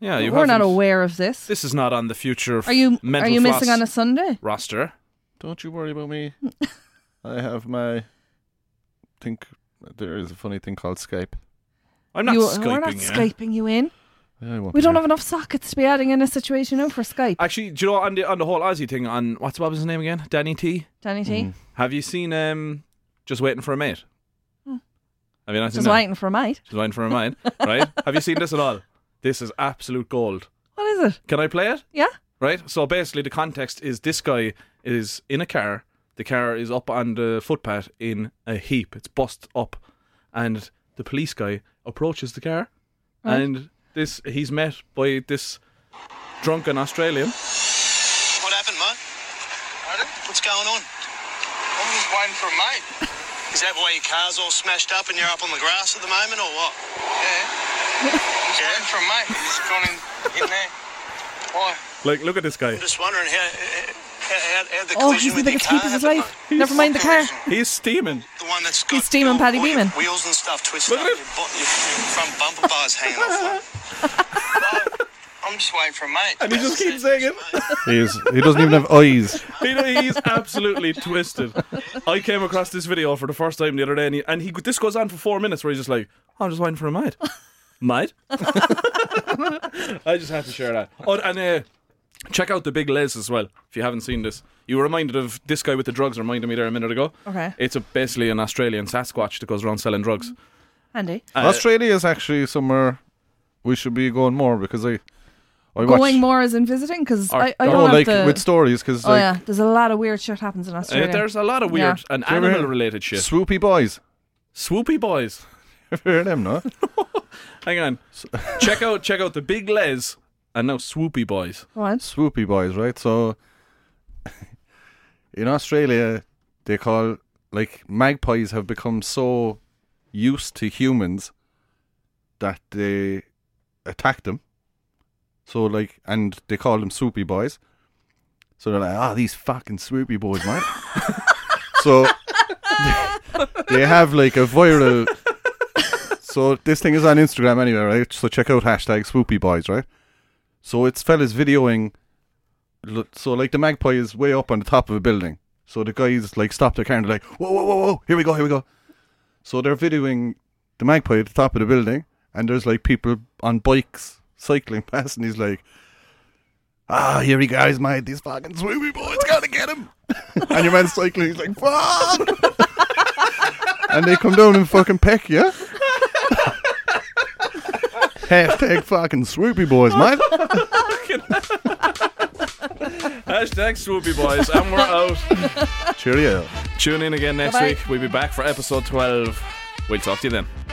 Yeah, you We're not haven't- aware of this. This is not on the future. Of Are you? Mental are you floss missing on a Sunday? roster? Don't you worry about me. I have my. I think there is a funny thing called Skype. I'm not You- skyping. we're not yeah. skyping you in. I won't We be don't here. have enough sockets to be adding in a situation now for Skype. Actually, do you know on the on the whole Aussie thing? On what's Bob's name again? Danny T. Danny T. Mm. Have you seen um, just waiting for a mate? Hmm. Have you not seen Just that? waiting for a mate. Just waiting for a mate, right? Have you seen this at all? This is absolute gold. What is it? Can I play it? Yeah. Right. So basically, the context is this guy is in a car. The car is up on the footpath in a heap. It's bust up, and the police guy approaches the car, Right. and this he's met by this drunken Australian. What happened, mate? What's going on? I'm just waiting for a mate. Is that why your car's all smashed up and you're up on the grass at the moment, or what? Yeah. I'm just waiting for a mate. He's gone in, in there. Why? Like, look at this guy. I'm just wondering how how, how, how the Oh, collision he's the with your biggest car heap of his happened, life. Never mind the car. He's steaming. mate. The one that's got He's steaming all- Paddy all your Beeman. Wheels and stuff twisted Look up. at Your, bo- your front bumper bars hanging off. I'm just waiting for a mate. And he just keeps saying it. He, is, he doesn't even have eyes. He- he's absolutely twisted. I came across this video for the first time the other day, and he, and he this goes on for four minutes where he's just like, "I'm just waiting for a mate, mate." I just had to share that. Oh, and uh, check out the big Les as well if you haven't seen this. You were reminded of this guy with the drugs. Reminded me there a minute ago. Okay. it's a, basically an Australian Sasquatch that goes around selling drugs. Handy. Australia is actually somewhere we should be going more because I, I watch Going more as in visiting because Or- I, I no, don't have like the. with stories because oh like yeah, there's a lot of weird shit happens in Uh, Australia. there's a lot of weird and you ever hear- animal related shit. swoopy boys. Swoopy boys. Hear them, no? Hang on. check out check out the big Les and now Swoopy boys. what? swoopy boys, right? So in Australia, they call like magpies have become so used to humans that they attack them. So like, and they call them swoopy boys. So they're like, ah, these fucking swoopy boys, man. so they have like a viral. So this thing is on Instagram anyway, right? So check out hashtag swoopy boys, right? So it's fellas videoing. lo- So like the magpie is way up on the top of a building. So the guys like stop their car and they're like, whoa, whoa, whoa, whoa, here we go, here we go. So they're videoing the magpie at the top of the building, and there's like people on bikes cycling past, and he's like, ah, here he goes, mate, this fucking swoopy boy's gotta get him. and your man's cycling, he's like, fuck. and they come down and fucking peck you. Hashtag fucking swoopy boys, mate. Hashtag Swoopy boys and we're out. Cheerio. Tune in again next Bye-bye. week. We'll be back for episode 12. We'll talk to you then.